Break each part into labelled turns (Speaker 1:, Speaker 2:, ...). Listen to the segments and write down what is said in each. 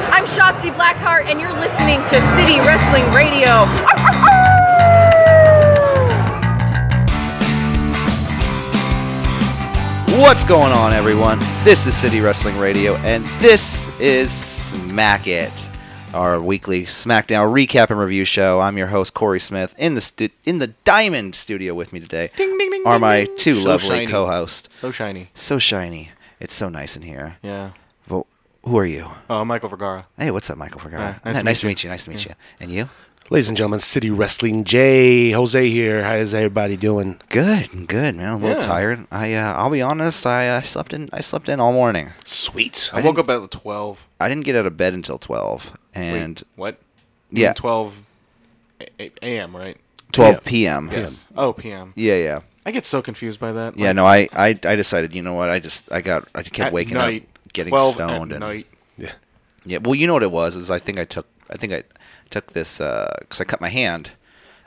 Speaker 1: is Shotzi Blackheart, and you're listening to City Wrestling Radio.
Speaker 2: What's going on, everyone? This is City Wrestling Radio, and this is Smack It, our weekly SmackDown recap and review show. I'm your host Corey Smith in the stu- in the Diamond Studio with me today.
Speaker 3: Ding, ding, ding,
Speaker 2: are
Speaker 3: ding,
Speaker 2: my
Speaker 3: ding.
Speaker 2: two
Speaker 3: So
Speaker 2: lovely
Speaker 3: shiny.
Speaker 2: co-hosts.
Speaker 3: So shiny.
Speaker 2: So shiny. It's so nice in here.
Speaker 3: Yeah.
Speaker 2: But who are you?
Speaker 3: Oh, Michael Vergara.
Speaker 2: Hey, what's up, Michael Vergara?
Speaker 3: Hi, nice
Speaker 2: Yeah,
Speaker 3: to
Speaker 2: nice
Speaker 3: meet
Speaker 2: to
Speaker 3: you.
Speaker 2: meet you. Nice to meet you. And you?
Speaker 4: Ladies and gentlemen, City Wrestling J. Jose here. How is everybody doing?
Speaker 2: Good, good man. I'm a little
Speaker 3: Yeah.
Speaker 2: tired. I uh, I'll be honest. I uh, slept in. I slept in all morning.
Speaker 4: Sweet.
Speaker 3: I, woke up at 12.
Speaker 2: I didn't get out of bed until twelve, and
Speaker 3: Wait, what?
Speaker 2: Yeah.
Speaker 3: 12 a- a- a.m., right?
Speaker 2: 12 p.m.
Speaker 3: Yes. Oh, p.m.
Speaker 2: Yeah, yeah,
Speaker 3: I get so confused by that.
Speaker 2: yeah.
Speaker 3: like,
Speaker 2: No, I, I, I decided. You know what? I just, I got, I kept
Speaker 3: at
Speaker 2: waking
Speaker 3: night,
Speaker 2: up, getting
Speaker 3: 12
Speaker 2: stoned,
Speaker 3: at
Speaker 2: and
Speaker 3: night.
Speaker 4: Yeah.
Speaker 2: yeah. Well, you know what it was is I think I took, I think I took this because I cut my hand.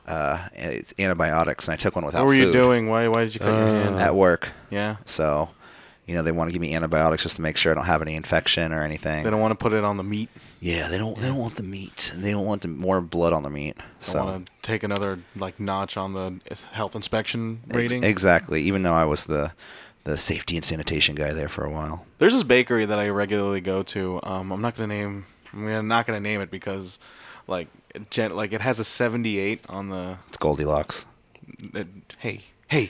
Speaker 2: Uh, it's antibiotics, and I took one without.
Speaker 3: What were you
Speaker 2: food Uh,
Speaker 3: doing? Why, why did you cut your hand?
Speaker 2: at work?
Speaker 3: yeah.
Speaker 2: So, you know, they want to give me antibiotics just to make sure I don't have any infection or anything.
Speaker 3: They don't want to put it on the meat.
Speaker 2: yeah, they don't. They don't want the meat. They don't want the more blood on the meat.
Speaker 3: They
Speaker 2: So
Speaker 3: want to take another like notch on the health inspection
Speaker 2: Ex-
Speaker 3: rating.
Speaker 2: exactly. Even though I was the, the safety and sanitation guy there for a while.
Speaker 3: There's this bakery that I regularly go to. Um, I'm not gonna name. I'm gonna- not gonna name it because, like, it gen- like it has a 78 on the.
Speaker 2: It's Goldilocks.
Speaker 3: it- hey, hey.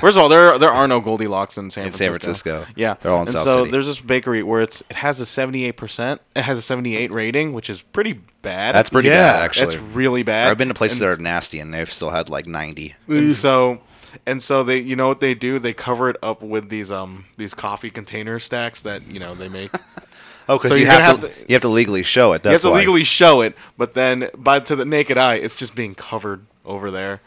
Speaker 3: First of all, there there are no Goldilocks in San
Speaker 2: In San
Speaker 3: Francisco.
Speaker 2: Francisco.
Speaker 3: Yeah,
Speaker 2: They're all in
Speaker 3: and
Speaker 2: South
Speaker 3: so
Speaker 2: City.
Speaker 3: there's this bakery where it's it has a 78 percent. It has a 78 rating, which is pretty bad.
Speaker 2: That's pretty
Speaker 4: Yeah,
Speaker 2: bad, actually.
Speaker 3: That's really bad.
Speaker 2: I've been to places
Speaker 3: And-
Speaker 2: that are nasty, and they've still had like ninety.
Speaker 3: and so and so they you know what they do they cover it up with these um these coffee container stacks that you know they make
Speaker 2: Oh, because
Speaker 3: So
Speaker 2: you
Speaker 3: you're
Speaker 2: have to,
Speaker 3: gonna have to-
Speaker 2: you have to legally show it. That's
Speaker 3: you have to
Speaker 2: why.
Speaker 3: legally show it but then by to the naked eye it's just being covered over there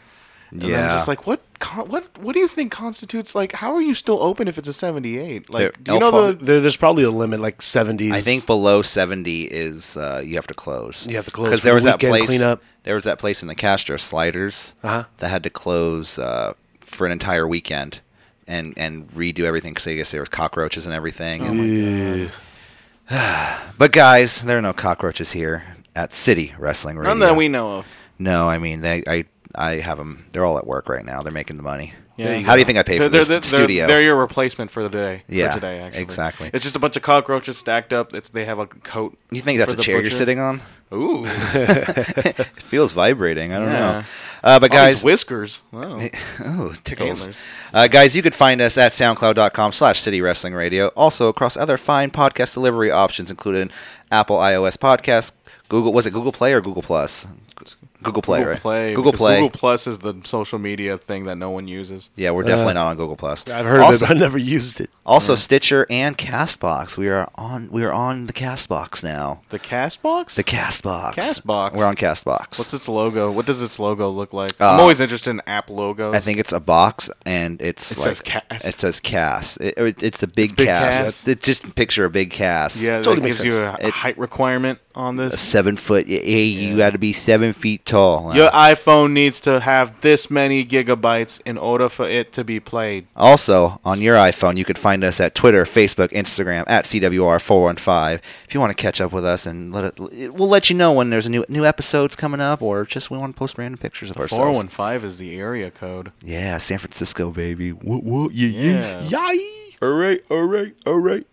Speaker 3: and
Speaker 2: Yeah.
Speaker 3: I'm just like what con- what what do you think constitutes like how are you still open if it's a 78 like
Speaker 2: They're
Speaker 3: do you know
Speaker 2: alpha-
Speaker 3: the
Speaker 4: There, there's probably a limit, like 70s.
Speaker 2: I think below seventy is uh, you have to close.
Speaker 4: You have to close
Speaker 2: because
Speaker 4: for
Speaker 2: there
Speaker 4: the
Speaker 2: was that
Speaker 4: weekend
Speaker 2: place.
Speaker 4: cleanup.
Speaker 2: There was that place in the Castro Sliders
Speaker 4: Uh-huh.
Speaker 2: that had to close uh, for an entire weekend and and redo everything because I guess there was cockroaches and everything. and, like-
Speaker 4: Yeah.
Speaker 2: but guys, there are no cockroaches here at City Wrestling Radio.
Speaker 3: none that we know of
Speaker 2: No, I mean they. I I have them. They're all at work right now. They're making the money.
Speaker 3: Yeah.
Speaker 2: How do you think I pay for this studio?
Speaker 3: They're your replacement for the day.
Speaker 2: Yeah,
Speaker 3: for today actually.
Speaker 2: exactly.
Speaker 3: It's just a bunch of cockroaches stacked up. It's they have a coat.
Speaker 2: You think that's a
Speaker 3: for the
Speaker 2: chair you're
Speaker 3: butcher.
Speaker 2: sitting on?
Speaker 3: Ooh,
Speaker 2: It feels vibrating. I don't know.
Speaker 3: Yeah.
Speaker 2: Uh, but
Speaker 3: guys,
Speaker 2: guys,
Speaker 3: whiskers. Wow.
Speaker 2: oh tickles.
Speaker 3: Antlers.
Speaker 2: Uh, guys, you could find us at SoundCloud.com/slash City Wrestling Radio. Also across other fine podcast delivery options, including Apple iOS Podcast, Google. Was it Google Play or Google Plus? Google Play,
Speaker 3: Google
Speaker 2: right?
Speaker 3: Play.
Speaker 2: Google
Speaker 3: because
Speaker 2: Play.
Speaker 3: Google Plus is the social media thing that no one uses.
Speaker 2: yeah, we're definitely not on Google Plus.
Speaker 4: Uh, I've heard
Speaker 2: also,
Speaker 4: of it, but I never used it.
Speaker 2: Also, Stitcher and Castbox. We are on. We are on the Castbox now.
Speaker 3: The Castbox.
Speaker 2: The Castbox.
Speaker 3: Castbox?
Speaker 2: We're on Castbox.
Speaker 3: What's its logo? What does its logo look like?
Speaker 2: Uh,
Speaker 3: I'm always interested in app logos.
Speaker 2: I think it's a box, and it's
Speaker 3: It
Speaker 2: like,
Speaker 3: says cast.
Speaker 2: It says cast. It, or it- it's a big
Speaker 3: big
Speaker 2: cast.
Speaker 3: cast.
Speaker 2: It's just picture a big cast.
Speaker 3: yeah,
Speaker 4: totally
Speaker 3: that
Speaker 4: makes
Speaker 3: gives you a
Speaker 4: sense.
Speaker 2: It-
Speaker 3: height requirement on this.
Speaker 2: seven foot. y- Hey, you got to be seven feet tall.
Speaker 3: Your iPhone needs to have this many gigabytes in order for it to be played.
Speaker 2: Also, on your iPhone, you can find us at Twitter, Facebook, Instagram at CWR415. If you want to catch up with us, and let it, it- we'll let you know when there's a new new episodes coming up, or just we want to post random pictures of ourselves.
Speaker 3: Four one five is the area code.
Speaker 2: Yeah, San Francisco, baby. Woo, woo, yeah, yeah.
Speaker 3: Yeah.
Speaker 4: Yay!
Speaker 2: All right, all right, all right.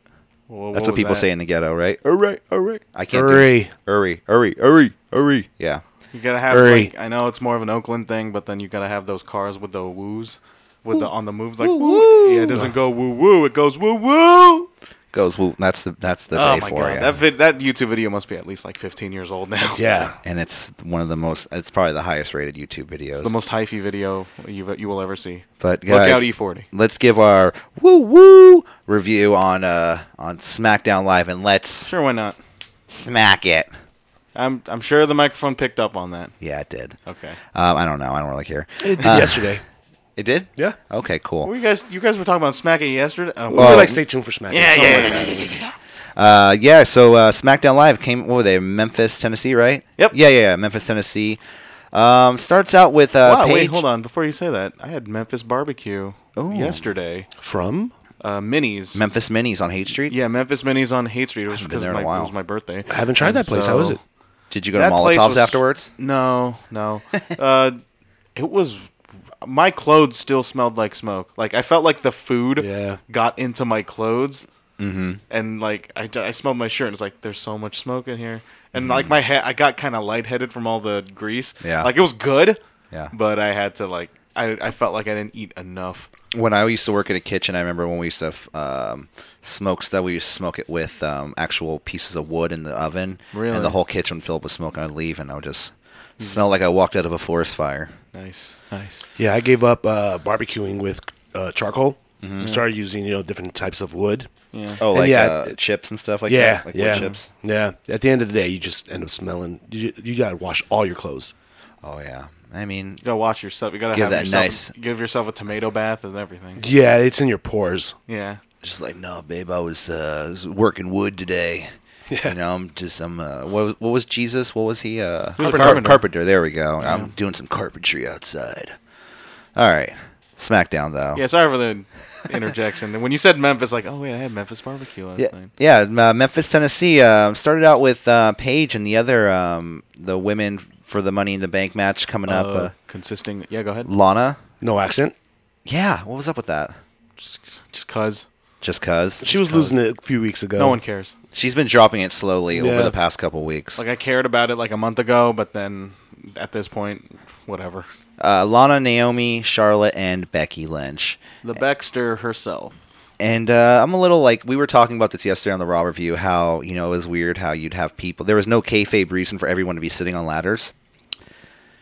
Speaker 3: Wha-
Speaker 2: That's what
Speaker 3: what was
Speaker 2: people
Speaker 3: that?
Speaker 2: say in the ghetto, right?
Speaker 3: All right, all right.
Speaker 2: I can't do it.
Speaker 4: Hurry.
Speaker 2: Hurry, hurry, hurry, hurry. Yeah.
Speaker 3: You gotta have
Speaker 4: Hurry.
Speaker 3: like I know it's more of an Oakland thing, but then you gotta have those cars with the woos, with the on the moves like
Speaker 2: Woo,
Speaker 3: Yeah, it doesn't go woo woo, it goes woo woo.
Speaker 2: Goes woo. That's the that's the
Speaker 3: Oh
Speaker 2: day
Speaker 3: my
Speaker 2: for
Speaker 3: god,
Speaker 2: you.
Speaker 3: that vid- that YouTube video must be at least like 15 years old now.
Speaker 4: Yeah.
Speaker 2: and it's one of the most. It's probably the highest rated YouTube videos.
Speaker 3: it's the most hyphy video you you will ever see.
Speaker 2: But
Speaker 3: Look
Speaker 2: guys,
Speaker 3: out E E40.
Speaker 2: let's give our woo woo review on uh on SmackDown Live and let's
Speaker 3: Sure, why not?
Speaker 2: smack it.
Speaker 3: I'm I'm sure the microphone picked up on that.
Speaker 2: Yeah, it did.
Speaker 3: Okay.
Speaker 2: Um, I don't know. I don't really care. Uh,
Speaker 4: It did yesterday.
Speaker 2: It did.
Speaker 4: Uh, Yeah.
Speaker 2: Okay. Cool.
Speaker 3: Well, you guys you guys were talking about smacking yesterday. Uh,
Speaker 4: We
Speaker 2: Well-
Speaker 4: like stay tuned for Smack. Yeah,
Speaker 2: Uh, yeah, so uh, SmackDown Live came. What were they? Memphis, Tennessee, right?
Speaker 3: Yep.
Speaker 2: Yeah, yeah, yeah. Memphis, Tennessee. Um, starts out with uh,
Speaker 3: wow, wait,
Speaker 2: Paige-
Speaker 3: hold on. Before you say that, I had Memphis barbecue
Speaker 2: Oh.
Speaker 3: yesterday.
Speaker 4: From?
Speaker 3: uh, minis.
Speaker 2: Memphis Minis on Haight Street.
Speaker 3: yeah, Memphis Minis on Haight Street. It was
Speaker 2: haven't been
Speaker 3: because
Speaker 2: there
Speaker 3: of
Speaker 2: in
Speaker 3: my,
Speaker 2: a
Speaker 3: it
Speaker 2: while.
Speaker 3: was my birthday.
Speaker 4: I haven't tried
Speaker 3: And
Speaker 4: that place. How is
Speaker 3: so-
Speaker 4: it?
Speaker 2: Did you go to
Speaker 3: place
Speaker 2: Molotov's
Speaker 3: was-
Speaker 2: afterwards?
Speaker 3: No, no. uh, it was my clothes still smelled like smoke. Like I felt like the food
Speaker 4: Yeah.
Speaker 3: got into my clothes, mm-hmm. and like I, ju- I smelled my shirt. and It's like there's so much smoke in here, and like my head, I got kind of lightheaded from all the grease.
Speaker 2: Mm-hmm. Yeah.
Speaker 3: like it was good.
Speaker 2: Yeah.
Speaker 3: but I had to like I I felt like I didn't eat enough.
Speaker 2: when I used to work in a kitchen, I remember when we used to um, smoke stuff. We used to smoke it with um, actual pieces of wood in the oven,
Speaker 3: Really?
Speaker 2: and the whole kitchen filled with smoke. And I'd leave, and I would just smell like I walked out of a forest fire.
Speaker 3: Nice, nice.
Speaker 4: Yeah, I gave up uh, barbecuing with uh, charcoal.
Speaker 2: Mm-hmm.
Speaker 4: Started using you know different types of wood.
Speaker 3: Yeah.
Speaker 2: Oh,
Speaker 4: And
Speaker 2: like
Speaker 4: yeah,
Speaker 2: uh,
Speaker 4: it-
Speaker 2: chips and stuff like
Speaker 4: yeah,
Speaker 2: that, like
Speaker 4: yeah,
Speaker 2: wood chips.
Speaker 4: yeah. At the end of the day, you just end up smelling. You, you gotta wash all your clothes.
Speaker 2: Oh yeah, I mean,
Speaker 3: You gotta watch yourself. You gotta
Speaker 2: Give
Speaker 3: have
Speaker 2: that
Speaker 3: yourself,
Speaker 2: nice-
Speaker 3: Give yourself a tomato bath and everything.
Speaker 4: Yeah, it's in your pores.
Speaker 3: Yeah.
Speaker 2: just like no, babe, I was, uh, I was working wood today. You know, I'm just I'm. Uh, what, what was Jesus? What was he? Uh,
Speaker 3: was a
Speaker 2: Car-
Speaker 3: carpenter.
Speaker 2: There we go. I'm doing some carpentry outside. All right, SmackDown though.
Speaker 3: Yeah, sorry for the interjection. And when you said Memphis, like, oh wait, I had Memphis barbecue last
Speaker 2: Yeah,
Speaker 3: night.
Speaker 2: yeah. m- Uh, Memphis, Tennessee uh, started out with uh, Paige and the other um, the women for the Money in the Bank match coming up.
Speaker 3: Uh,
Speaker 2: Uh,
Speaker 3: consisting, yeah, go ahead.
Speaker 2: Lana,
Speaker 4: No accent.
Speaker 2: yeah. What was up with that?
Speaker 3: Just, just cause
Speaker 2: Just cause
Speaker 4: She was losing it a few weeks ago.
Speaker 3: no one cares.
Speaker 2: she's been dropping it slowly over
Speaker 4: Yeah.
Speaker 2: the past couple weeks.
Speaker 3: Like I cared about it like a month ago, but then at this point, whatever.
Speaker 2: Uh, Lana, Naomi, Charlotte, and Becky Lynch.
Speaker 3: The Baxter herself.
Speaker 2: And uh, I'm a little like we were talking about this yesterday on the Raw review. How you know it was weird how you'd have people. There was no kayfabe reason for everyone to be sitting on ladders.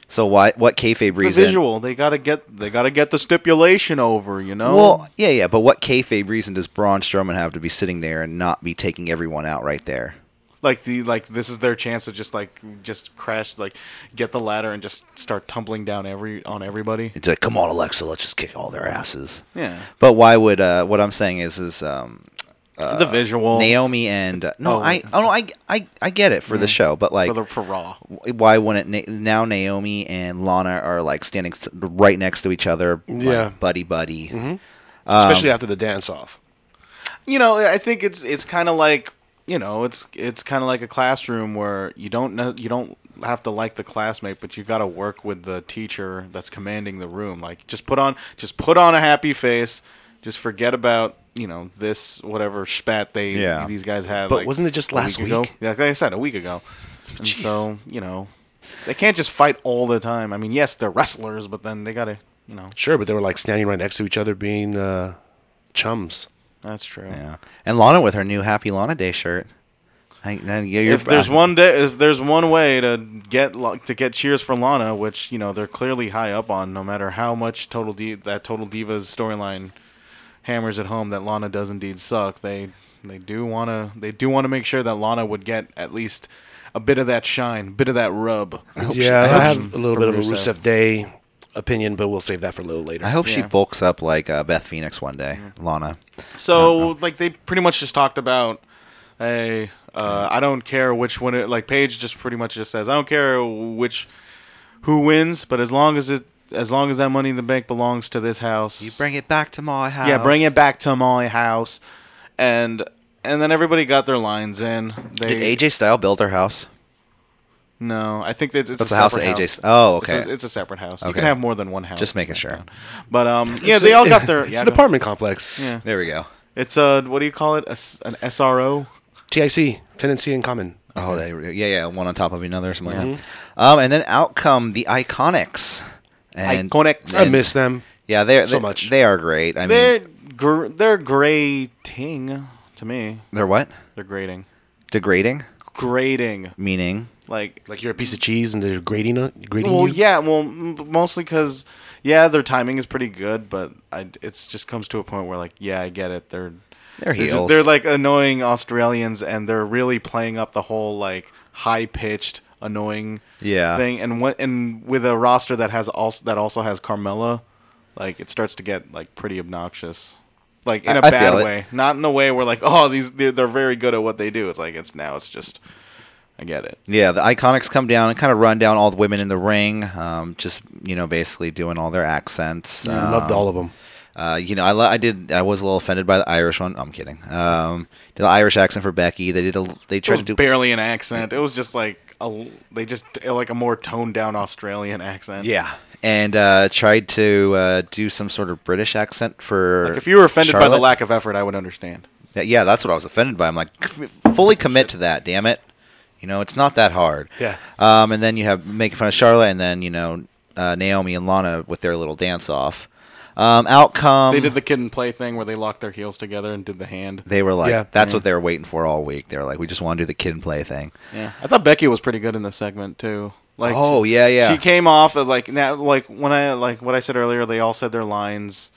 Speaker 2: So why? What kayfabe
Speaker 3: The
Speaker 2: reason?
Speaker 3: visual. They gotta get. They gotta get the stipulation over. You know.
Speaker 2: Well, yeah, yeah, but what kayfabe reason does Braun Strowman have to be sitting there and not be taking everyone out right there?
Speaker 3: like the like this is their chance to just like just crash like get the ladder and just start tumbling down every on everybody.
Speaker 2: It's like, come on, Alexa, let's just kick all their asses.
Speaker 3: Yeah.
Speaker 2: But why would uh, what I'm saying is is um,
Speaker 3: the visual.
Speaker 2: Naomi and no,
Speaker 3: Oh.
Speaker 2: I oh no, I I I get it for the show, but like.
Speaker 3: for, the, for Raw.
Speaker 2: why wouldn't Na- now Naomi and Lana are like standing s- right next to each other,
Speaker 4: Yeah.
Speaker 2: buddy buddy?
Speaker 4: especially after the dance off.
Speaker 3: you know, I think it's it's kind of like you know, it's it's kind of like a classroom where you don't know you don't have to like the classmate, but you got to work with the teacher that's commanding the room. Like just put on just put on a happy face, just forget about you know this whatever spat they
Speaker 2: Yeah.
Speaker 3: these guys had.
Speaker 4: But
Speaker 3: like,
Speaker 4: wasn't it just
Speaker 3: a
Speaker 4: last
Speaker 3: ago.
Speaker 4: week?
Speaker 3: Yeah, Like I said, a week ago. And so you know, they can't just fight all the time. I mean, yes, they're wrestlers, but then they gotta you know
Speaker 4: Sure, but they were like standing right next to each other, being uh, chums.
Speaker 3: that's true.
Speaker 2: Yeah, and Lana with her new Happy Lana Day shirt. I, I- you're-
Speaker 3: if there's
Speaker 2: I-
Speaker 3: one day, if there's one way to get lo- to get cheers for Lana, which you know they're clearly high up on, no matter how much total D- that total divas storyline hammers at home that Lana does indeed suck, they they do want to they do want to make sure that Lana would get at least a bit of that shine, a bit of that rub.
Speaker 4: yeah, I,
Speaker 2: hope
Speaker 4: have a little
Speaker 3: from
Speaker 4: bit of a
Speaker 3: Rusev.
Speaker 4: Rusev Day opinion, but we'll save that for a little later.
Speaker 2: I hope she
Speaker 3: Yeah.
Speaker 2: bulks up like uh, Beth Phoenix one day, Lana.
Speaker 3: So like they pretty much just talked about hey, uh, I don't care which one it like Paige just pretty much just says I don't care which who wins, but as long as it as long as that money in the bank belongs to this house.
Speaker 2: it back to my house.
Speaker 3: Yeah, bring it back to my house. And and then everybody got their lines in. They
Speaker 2: Did AJ Style build her house?
Speaker 3: No, I think it's, it's
Speaker 2: That's
Speaker 3: a
Speaker 2: the house
Speaker 3: separate
Speaker 2: that AJ 's- oh,
Speaker 3: It's
Speaker 2: okay.
Speaker 3: a- It's a, separate house. You
Speaker 2: Okay.
Speaker 3: can have more than one house.
Speaker 2: Just making
Speaker 3: in
Speaker 2: sure.
Speaker 3: town. But um yeah, they all got their
Speaker 4: It's
Speaker 3: yeah,
Speaker 4: an
Speaker 3: I know.
Speaker 4: apartment complex.
Speaker 3: Yeah.
Speaker 2: There we go.
Speaker 3: It's a what do you call it? A s an SRO.
Speaker 4: TIC, tenancy in common.
Speaker 2: Oh, they yeah yeah one on top of another or something like that. Um, and then out come the Iconics. And,
Speaker 3: Iconics.
Speaker 4: I
Speaker 2: and-
Speaker 4: miss them.
Speaker 2: Yeah, they're
Speaker 4: so
Speaker 2: they,
Speaker 4: much.
Speaker 2: They are great. I
Speaker 3: They're
Speaker 2: mean,
Speaker 3: gr- they're grating to me.
Speaker 2: they're what
Speaker 3: They're grating.
Speaker 2: degrading,
Speaker 3: Grating.
Speaker 2: meaning
Speaker 3: Like
Speaker 4: Like you're a piece of cheese and they're grading, it- grading
Speaker 3: well,
Speaker 4: you.
Speaker 3: yeah, well, m- mostly cuz yeah, their timing is pretty good, but I it's just comes to a point where like, yeah, I get it. They're
Speaker 2: They're
Speaker 3: just-
Speaker 2: heels.
Speaker 3: they're like annoying Australians and they're really playing up the whole like high-pitched annoying
Speaker 2: Yeah.
Speaker 3: thing and what and with a roster that has also that also has Carmella, like it starts to get like pretty obnoxious. Like in a
Speaker 2: I- I
Speaker 3: bad
Speaker 2: feel it.
Speaker 3: way. Not in a way where like, oh, these they're, they're very good at what they do. It's like it's now it's just I get it.
Speaker 2: yeah the Iconics come down and kind of run down all the women in the ring. Um, just you know basically doing all their accents.
Speaker 4: I
Speaker 2: um,
Speaker 4: loved all of them.
Speaker 2: Uh, you know, I, lo- I did. I was a little offended by the Irish one. I'm kidding. Um, the Irish accent for Becky. They did. A, they
Speaker 3: It
Speaker 2: tried
Speaker 3: was
Speaker 2: to do.
Speaker 3: barely an accent. It was just like a, they just like a more toned down Australian accent.
Speaker 2: Yeah, and uh, tried to uh, do some sort of British accent for.
Speaker 3: Like if you were offended by the
Speaker 2: Charlotte.
Speaker 3: lack of effort, I would understand.
Speaker 2: Yeah, yeah, that's what I was offended by. I'm like, "C- fully commit to that, damn it. You know, it's not that hard.
Speaker 4: Yeah.
Speaker 2: Um, and then you have making fun of Charlotte, and then you know uh, Naomi and Lana with their little dance off. Um, outcome.
Speaker 3: They did the kid and play thing where they locked their heels together and did the hand.
Speaker 2: They were like,
Speaker 4: Yeah.
Speaker 2: that's
Speaker 3: Mm-hmm.
Speaker 2: what they were waiting for all week. They were like, we just want to do the kid and play thing.
Speaker 3: Yeah, I thought Becky was pretty good in this segment too. Like,
Speaker 2: Oh, yeah, yeah.
Speaker 3: She came off of like now, like when I like what I said earlier, they all said their lines.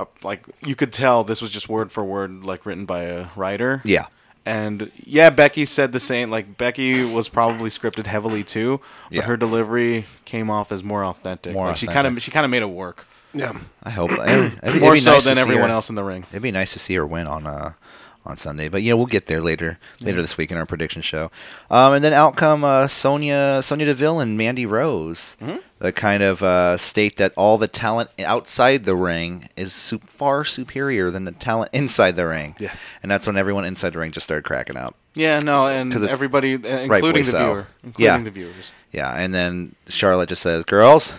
Speaker 3: uh, Like you could tell, this was just word for word, like written by a writer.
Speaker 2: Yeah.
Speaker 3: And yeah, Becky said the same. Like Becky was probably scripted heavily too, but
Speaker 2: Yeah.
Speaker 3: her delivery came off as more authentic.
Speaker 2: More
Speaker 3: like she
Speaker 2: authentic.
Speaker 3: kind of she kind of made it work
Speaker 4: Yeah.
Speaker 2: I hope it'd- it'd be
Speaker 3: more so
Speaker 2: nice to
Speaker 3: than
Speaker 2: see
Speaker 3: everyone
Speaker 2: her-
Speaker 3: else in the ring.
Speaker 2: It'd be nice to see her win on uh, on Sunday, but you know we'll get there later later this week in our prediction show. Um, and then out come uh, Sonia Sonia Deville and Mandy Rose,
Speaker 3: Mm-hmm.
Speaker 2: the kind of uh, state that all the talent outside the ring is su- far superior than the talent inside the ring.
Speaker 4: Yeah.
Speaker 2: and that's when everyone inside the ring just started cracking up.
Speaker 3: Yeah, no, and
Speaker 2: 'Cause it's-
Speaker 3: everybody, uh,
Speaker 2: rightfully
Speaker 3: including the
Speaker 2: so.
Speaker 3: viewer, including
Speaker 2: Yeah.
Speaker 3: the viewers.
Speaker 2: Yeah, and then Charlotte just says, "Girls,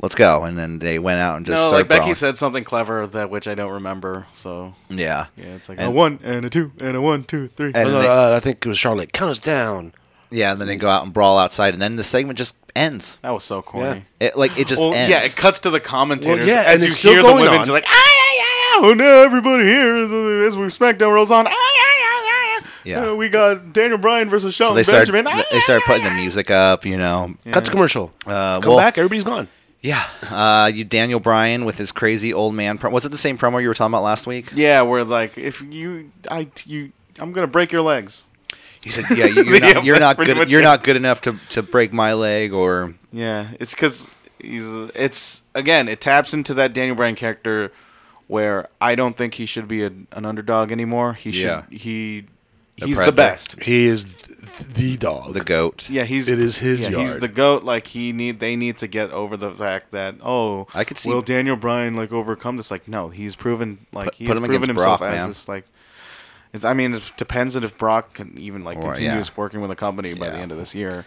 Speaker 2: let's go," and then they went out and just
Speaker 3: no,
Speaker 2: started
Speaker 3: like Becky
Speaker 2: brawling.
Speaker 3: said something clever that which I don't remember. So
Speaker 2: Yeah,
Speaker 3: yeah, it's like
Speaker 2: And-
Speaker 3: a one and a two and a one, two, three.
Speaker 2: And
Speaker 4: Oh,
Speaker 2: then
Speaker 4: no,
Speaker 2: they-
Speaker 4: uh, I think it was Charlotte. Count us down.
Speaker 2: Yeah, and then they go out and brawl outside, and then the segment just ends.
Speaker 3: that was so corny.
Speaker 2: It like it just
Speaker 3: Well,
Speaker 2: ends.
Speaker 3: yeah, it cuts to the commentators
Speaker 4: Well, yeah,
Speaker 3: as you
Speaker 4: and it's still
Speaker 3: hear the
Speaker 4: going
Speaker 3: women
Speaker 4: on.
Speaker 3: just like, ah, yeah, yeah, yeah. oh no, everybody here is as we SmackDown rolls on, ah, yeah, yeah, yeah, yeah.
Speaker 2: Yeah.
Speaker 3: Uh, we got Daniel Bryan versus Shelton
Speaker 2: So they start
Speaker 3: Benjamin. Ah,
Speaker 2: they
Speaker 3: yeah,
Speaker 2: start
Speaker 3: yeah,
Speaker 2: putting
Speaker 3: yeah.
Speaker 2: the music up, you know.
Speaker 4: Cut to commercial.
Speaker 2: Uh,
Speaker 4: Come
Speaker 2: well-
Speaker 4: back. Everybody's gone.
Speaker 2: Yeah, uh, you Daniel Bryan with his crazy old man. Pro- was it the same promo you were talking about last week?
Speaker 3: Yeah, we're like, if you, I, you, I'm gonna break your legs.
Speaker 2: He said, "Yeah, you, you're
Speaker 3: Yeah,
Speaker 2: not you're
Speaker 3: that's
Speaker 2: not
Speaker 3: pretty
Speaker 2: good
Speaker 3: much
Speaker 2: you're
Speaker 3: it.
Speaker 2: not good enough to to break my leg or."
Speaker 3: Yeah, it's because he's it's again it taps into that Daniel Bryan character where I don't think he should be a, an underdog anymore. He
Speaker 2: Yeah.
Speaker 3: should he
Speaker 2: The
Speaker 3: he's the
Speaker 2: predator.
Speaker 3: best.
Speaker 4: He is th- the dog.
Speaker 2: The goat.
Speaker 3: Yeah, he's
Speaker 4: It is his
Speaker 3: yeah, He's
Speaker 4: yard.
Speaker 3: the goat. Like he need they need to get over the fact that oh
Speaker 2: I could see-
Speaker 3: will Daniel Bryan like overcome this? Like no, he's proven like
Speaker 2: Put-
Speaker 3: he's
Speaker 2: put him
Speaker 3: proven
Speaker 2: against
Speaker 3: himself
Speaker 2: Brock,
Speaker 3: as
Speaker 2: man.
Speaker 3: this like. It's, I mean, it depends on if Brock can even like
Speaker 2: Or,
Speaker 3: continues
Speaker 2: yeah.
Speaker 3: working with the company by the
Speaker 2: Yeah.
Speaker 3: end of this year.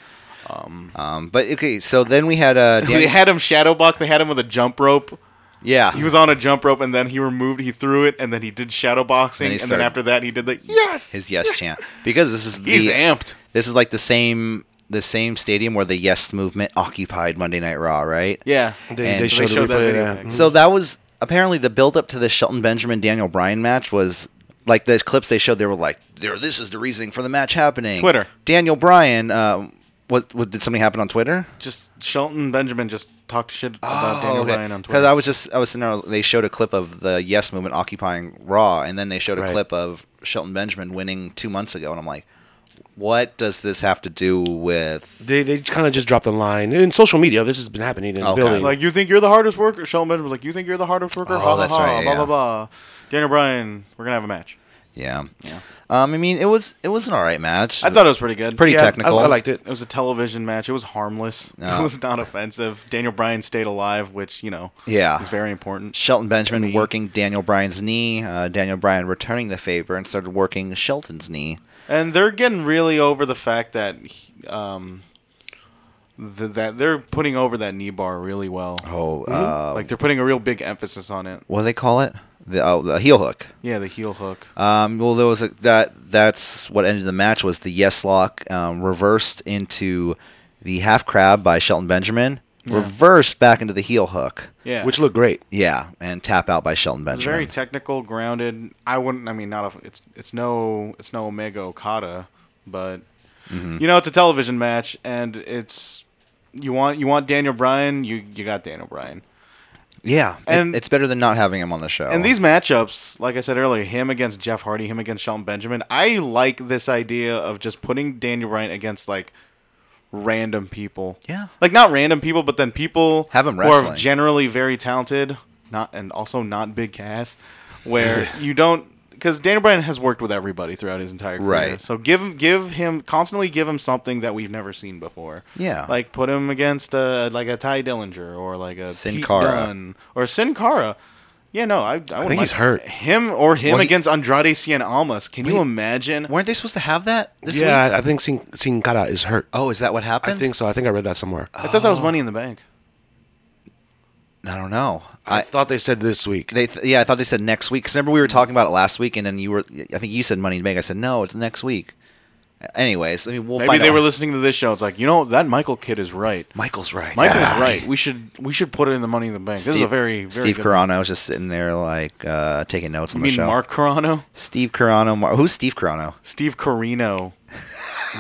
Speaker 2: Um, but okay, so then we had uh, Dan-
Speaker 3: They had him shadow box. They had him with a jump rope.
Speaker 2: yeah,
Speaker 3: He was on a jump rope and then he removed, he threw it, and then he did shadow boxing,
Speaker 2: Then he
Speaker 3: and then
Speaker 2: started-
Speaker 3: after that he did the yes.
Speaker 2: his yes chant because this is
Speaker 3: He's
Speaker 2: the
Speaker 3: amped.
Speaker 2: this is like the same the same stadium where the yes movement occupied Monday Night Raw, right?
Speaker 3: Yeah,
Speaker 2: And they
Speaker 4: showed
Speaker 3: showed
Speaker 4: the
Speaker 3: that
Speaker 4: replay,
Speaker 3: video
Speaker 4: yeah.
Speaker 3: package.
Speaker 2: So that was apparently the build up to the Shelton Benjamin Daniel Bryan match was like the clips they showed. They were like, "There, this is the reasoning for the match happening."
Speaker 3: Twitter.
Speaker 2: Daniel Bryan. Uh, what, what did something happen on Twitter?
Speaker 3: just Shelton Benjamin just talked shit about Uh, Daniel Bryan on
Speaker 2: Because
Speaker 3: Twitter.
Speaker 2: I was just I was sitting there. They showed a clip of the Yes Movement occupying Raw, and then they showed a
Speaker 4: Right.
Speaker 2: clip of Shelton Benjamin winning two months ago, and I'm like, what does this have to do with?
Speaker 4: They, they kind of just dropped the line in social media. This has been happening in the
Speaker 2: Okay.
Speaker 4: building.
Speaker 3: like you think you're the hardest worker. Shelton Benjamin was like, you think you're the hardest worker.
Speaker 2: Oh,
Speaker 3: ha, ha,
Speaker 2: that's
Speaker 3: ha,
Speaker 2: right,
Speaker 3: Blah
Speaker 2: yeah.
Speaker 3: blah blah. Daniel Bryan, we're gonna have a match.
Speaker 2: Yeah. Um, I mean, it was it was an all right match.
Speaker 3: I thought it was pretty good.
Speaker 2: pretty
Speaker 4: Yeah,
Speaker 2: technical.
Speaker 4: I, I liked it.
Speaker 3: It was a television match. It was harmless.
Speaker 2: No.
Speaker 3: It was not offensive. Daniel Bryan stayed alive, which you know,
Speaker 2: Yeah.
Speaker 3: is very important.
Speaker 2: Shelton Benjamin working Daniel Bryan's knee. Uh, Daniel Bryan returning the favor and started working Shelton's knee.
Speaker 3: And they're getting really over the fact that he- um, th- that they're putting over that knee bar really well.
Speaker 2: Oh, uh,
Speaker 3: like they're putting a real big emphasis on it.
Speaker 2: what do they call it? The, oh, the heel hook.
Speaker 3: Yeah, the heel hook.
Speaker 2: Um, well, there was a, that. That's what ended the match was the yes lock um, reversed into the half crab by Shelton Benjamin, reversed back into the heel hook.
Speaker 3: yeah,
Speaker 4: Which looked great.
Speaker 2: Yeah, and tap out by Shelton
Speaker 3: It's
Speaker 2: Benjamin.
Speaker 3: very technical, grounded. I wouldn't. I mean, not. A, it's it's no it's no Omega Okada, but you know it's a television match, and it's you want you want Daniel Bryan. You you got Daniel Bryan.
Speaker 2: yeah, and
Speaker 3: and-
Speaker 2: it's better than not having him on the show.
Speaker 3: And these matchups, like I said earlier, him against Jeff Hardy, him against Shelton Benjamin, I like this idea of just putting Daniel Bryan against like random people.
Speaker 2: Yeah.
Speaker 3: Like not random people, but then people
Speaker 2: Have 'em
Speaker 3: who are
Speaker 2: wrestling.
Speaker 3: generally very talented, not and also not big cass, where you don't because Daniel Bryan has worked with everybody throughout his entire career.
Speaker 2: Right.
Speaker 3: So give him give him constantly give him something that we've never seen before.
Speaker 2: Yeah.
Speaker 3: Like put him against uh like a Ty Dillinger or like a
Speaker 2: Sin
Speaker 3: Pete
Speaker 2: Cara.
Speaker 3: Dunne or Sin Cara. Yeah, no, I, I, wouldn't
Speaker 4: think he's
Speaker 3: mind-
Speaker 4: hurt.
Speaker 3: Him or him
Speaker 2: Well, he-
Speaker 3: against Andrade Cien Almas. Can you
Speaker 2: Wait.
Speaker 3: imagine?
Speaker 2: Weren't they supposed to have that this
Speaker 4: yeah,
Speaker 2: week?
Speaker 4: I- I think Sin, Sin Cara is hurt.
Speaker 2: Oh, is that what
Speaker 4: I
Speaker 2: happened?
Speaker 4: think so. I think I read that somewhere.
Speaker 2: Uh,
Speaker 3: I thought that
Speaker 2: Oh.
Speaker 3: was Money in the Bank.
Speaker 2: I don't know.
Speaker 4: I,
Speaker 2: I,
Speaker 4: thought they said this week.
Speaker 2: they th- yeah, I thought they said next week. 'Cause remember we were talking about it last week, and then you were I think you said Money in the Bank. I said no, it's next week. Anyways, I mean we'll
Speaker 3: Maybe
Speaker 2: find
Speaker 3: they
Speaker 2: out.
Speaker 3: were listening to this show. It's like you know that Michael kid is right.
Speaker 2: Michael's right.
Speaker 3: Michael's
Speaker 2: Ah.
Speaker 3: right. We should we should put it in the Money in the Bank. this is a very very
Speaker 2: Steve
Speaker 3: good-
Speaker 2: Carano was just sitting there like uh, taking notes
Speaker 3: You
Speaker 2: on the
Speaker 3: mean
Speaker 2: show.
Speaker 3: Mark Carano?
Speaker 2: Steve Carano. Mar- Who's Steve Carano?
Speaker 3: Steve Carino,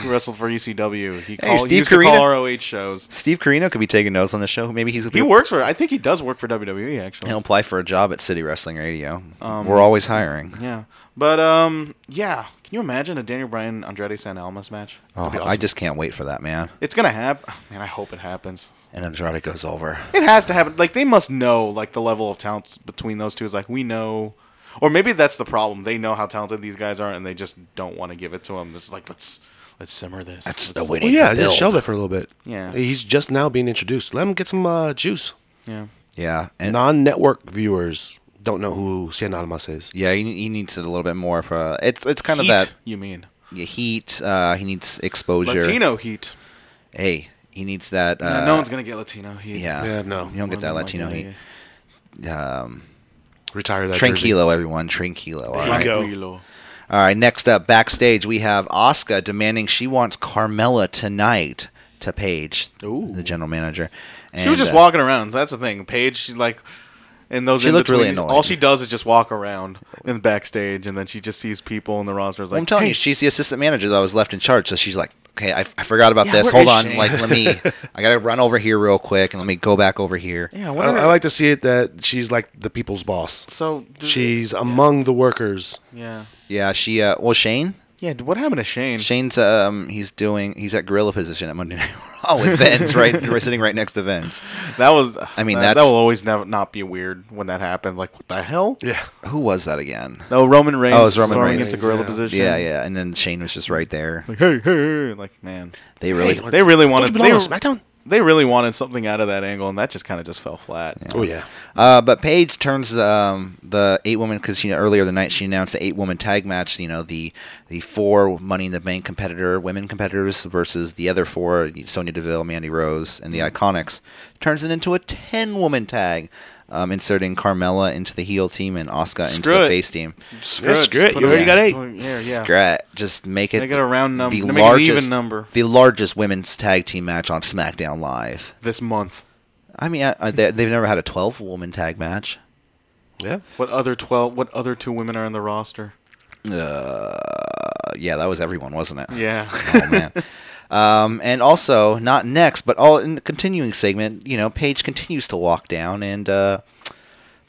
Speaker 3: who wrestled for ECW. He,
Speaker 2: Hey,
Speaker 3: call,
Speaker 2: Steve
Speaker 3: he used to
Speaker 2: Carino.
Speaker 3: call ROH shows.
Speaker 2: Steve Carino could be taking notes on the show. Maybe he's
Speaker 3: He works for. I think he does work for WWE actually.
Speaker 2: He'll apply for a job at City Wrestling Radio. We're always hiring.
Speaker 3: Um, Yeah, but um, yeah. Can you imagine a Daniel Bryan Andrade San Almas match?
Speaker 2: Oh,
Speaker 4: be
Speaker 2: I
Speaker 4: awesome.
Speaker 2: just can't wait for that man.
Speaker 3: It's gonna happen. Man, I hope it happens.
Speaker 2: And Andrade goes over.
Speaker 3: It has to happen. Like they must know like the level of talents between those two is like we know, or maybe that's the problem. They know how talented these guys are, and they just don't want to give it to them. It's like let's let's simmer this. That's
Speaker 2: the way
Speaker 4: Well,
Speaker 2: to
Speaker 4: yeah,
Speaker 2: build.
Speaker 4: just shelve it for a little bit.
Speaker 3: Yeah.
Speaker 4: he's just now being introduced. Let him get some uh, juice.
Speaker 3: Yeah.
Speaker 2: Yeah, and
Speaker 4: Non-network viewers don't know who Cien Almas is.
Speaker 2: yeah, he, he needs it a little bit more for. Uh, it's it's kind
Speaker 3: heat,
Speaker 2: of that
Speaker 3: you mean
Speaker 2: yeah, heat. Uh, he needs exposure.
Speaker 3: Latino heat?
Speaker 2: Hey, he needs that. Uh,
Speaker 3: No, no one's gonna get Latino heat.
Speaker 2: Yeah,
Speaker 4: Yeah, no.
Speaker 2: You don't get that
Speaker 3: More than
Speaker 2: Latino
Speaker 3: likely.
Speaker 2: heat. Um,
Speaker 4: Retire that jersey.
Speaker 2: tranquilo, everyone. Tranquilo. All
Speaker 4: you
Speaker 2: right.
Speaker 4: go.
Speaker 3: Tranquilo.
Speaker 2: All right, next up, backstage, we have Asuka demanding she wants Carmella tonight to Paige,
Speaker 3: Ooh.
Speaker 2: the general manager.
Speaker 3: She
Speaker 2: And,
Speaker 3: was just
Speaker 2: uh,
Speaker 3: walking around. That's the thing. Paige, she's like, in those.
Speaker 2: She
Speaker 3: in
Speaker 2: looked really
Speaker 3: between,
Speaker 2: annoyed.
Speaker 3: All she does is just walk around in the backstage, and then she just sees people in the roster. Is like,
Speaker 2: I'm telling
Speaker 3: "Hey,
Speaker 2: you, she's the assistant manager that was left in charge, so she's like, okay, I, I forgot about
Speaker 3: Yeah,
Speaker 2: this.
Speaker 3: where
Speaker 2: Hold on,
Speaker 3: is she?
Speaker 2: like, let me, I gotta run over here real quick, and let me go back over here.
Speaker 3: Yeah, I
Speaker 4: I,
Speaker 3: wonder.
Speaker 4: I like to see it that she's like the people's boss.
Speaker 3: So does-
Speaker 4: she's among the workers.
Speaker 3: Yeah.
Speaker 2: Yeah, she, uh, well, Shane,
Speaker 3: Yeah. d- What happened to Shane?
Speaker 2: Shane's, um, he's doing, he's at gorilla position at Monday Night Raw with Vince, right? We're sitting right next to Vince.
Speaker 3: That was.
Speaker 2: I mean,
Speaker 3: that, that
Speaker 2: that's-
Speaker 3: will always never not be weird when that happened. Like, what the hell?
Speaker 4: Yeah.
Speaker 2: Who was that again?
Speaker 3: No, Roman Reigns.
Speaker 2: Oh, it was Roman
Speaker 3: storming
Speaker 2: Reigns.
Speaker 3: into gorilla
Speaker 4: Yeah.
Speaker 3: position.
Speaker 2: Yeah, yeah, and then Shane was just right there.
Speaker 3: Like, hey, hey, hey, like, man,
Speaker 2: They really,
Speaker 3: they really wanted.
Speaker 4: Don't you
Speaker 3: They,
Speaker 4: belong on SmackDown?
Speaker 3: they really wanted something out of that angle, and that just kind of just fell flat.
Speaker 4: Oh yeah.
Speaker 2: Uh, but Paige turns um, the eight woman because you know earlier the night she announced the eight woman tag match. You know the the four Money in the Bank competitor women competitors versus the other four Sonya Deville, Mandy Rose, and the
Speaker 3: Mm-hmm.
Speaker 2: Iconics. Turns it into a ten woman tag, um, inserting Carmella into the heel team and Oscar into
Speaker 3: Screw
Speaker 2: the
Speaker 3: it.
Speaker 2: face team.
Speaker 3: Screw
Speaker 4: Yeah,
Speaker 3: it,
Speaker 4: screw it.
Speaker 3: just put
Speaker 4: You already
Speaker 3: in.
Speaker 4: got eight.
Speaker 3: Yeah, yeah.
Speaker 2: Scrat. Just make it
Speaker 3: Make it a round num-
Speaker 2: The
Speaker 3: make it an
Speaker 2: largest
Speaker 3: even number.
Speaker 2: The largest women's tag team match on SmackDown Live.
Speaker 3: This month.
Speaker 2: I mean, I, I, they, they've never had a twelve woman tag match.
Speaker 4: Yeah.
Speaker 3: What other twelve? What other two women are in the roster?
Speaker 2: Uh, yeah, that was everyone, wasn't it?
Speaker 3: Yeah.
Speaker 2: Oh man. Um, and also, not next, but all in the continuing segment, you know, Paige continues to walk down, and uh,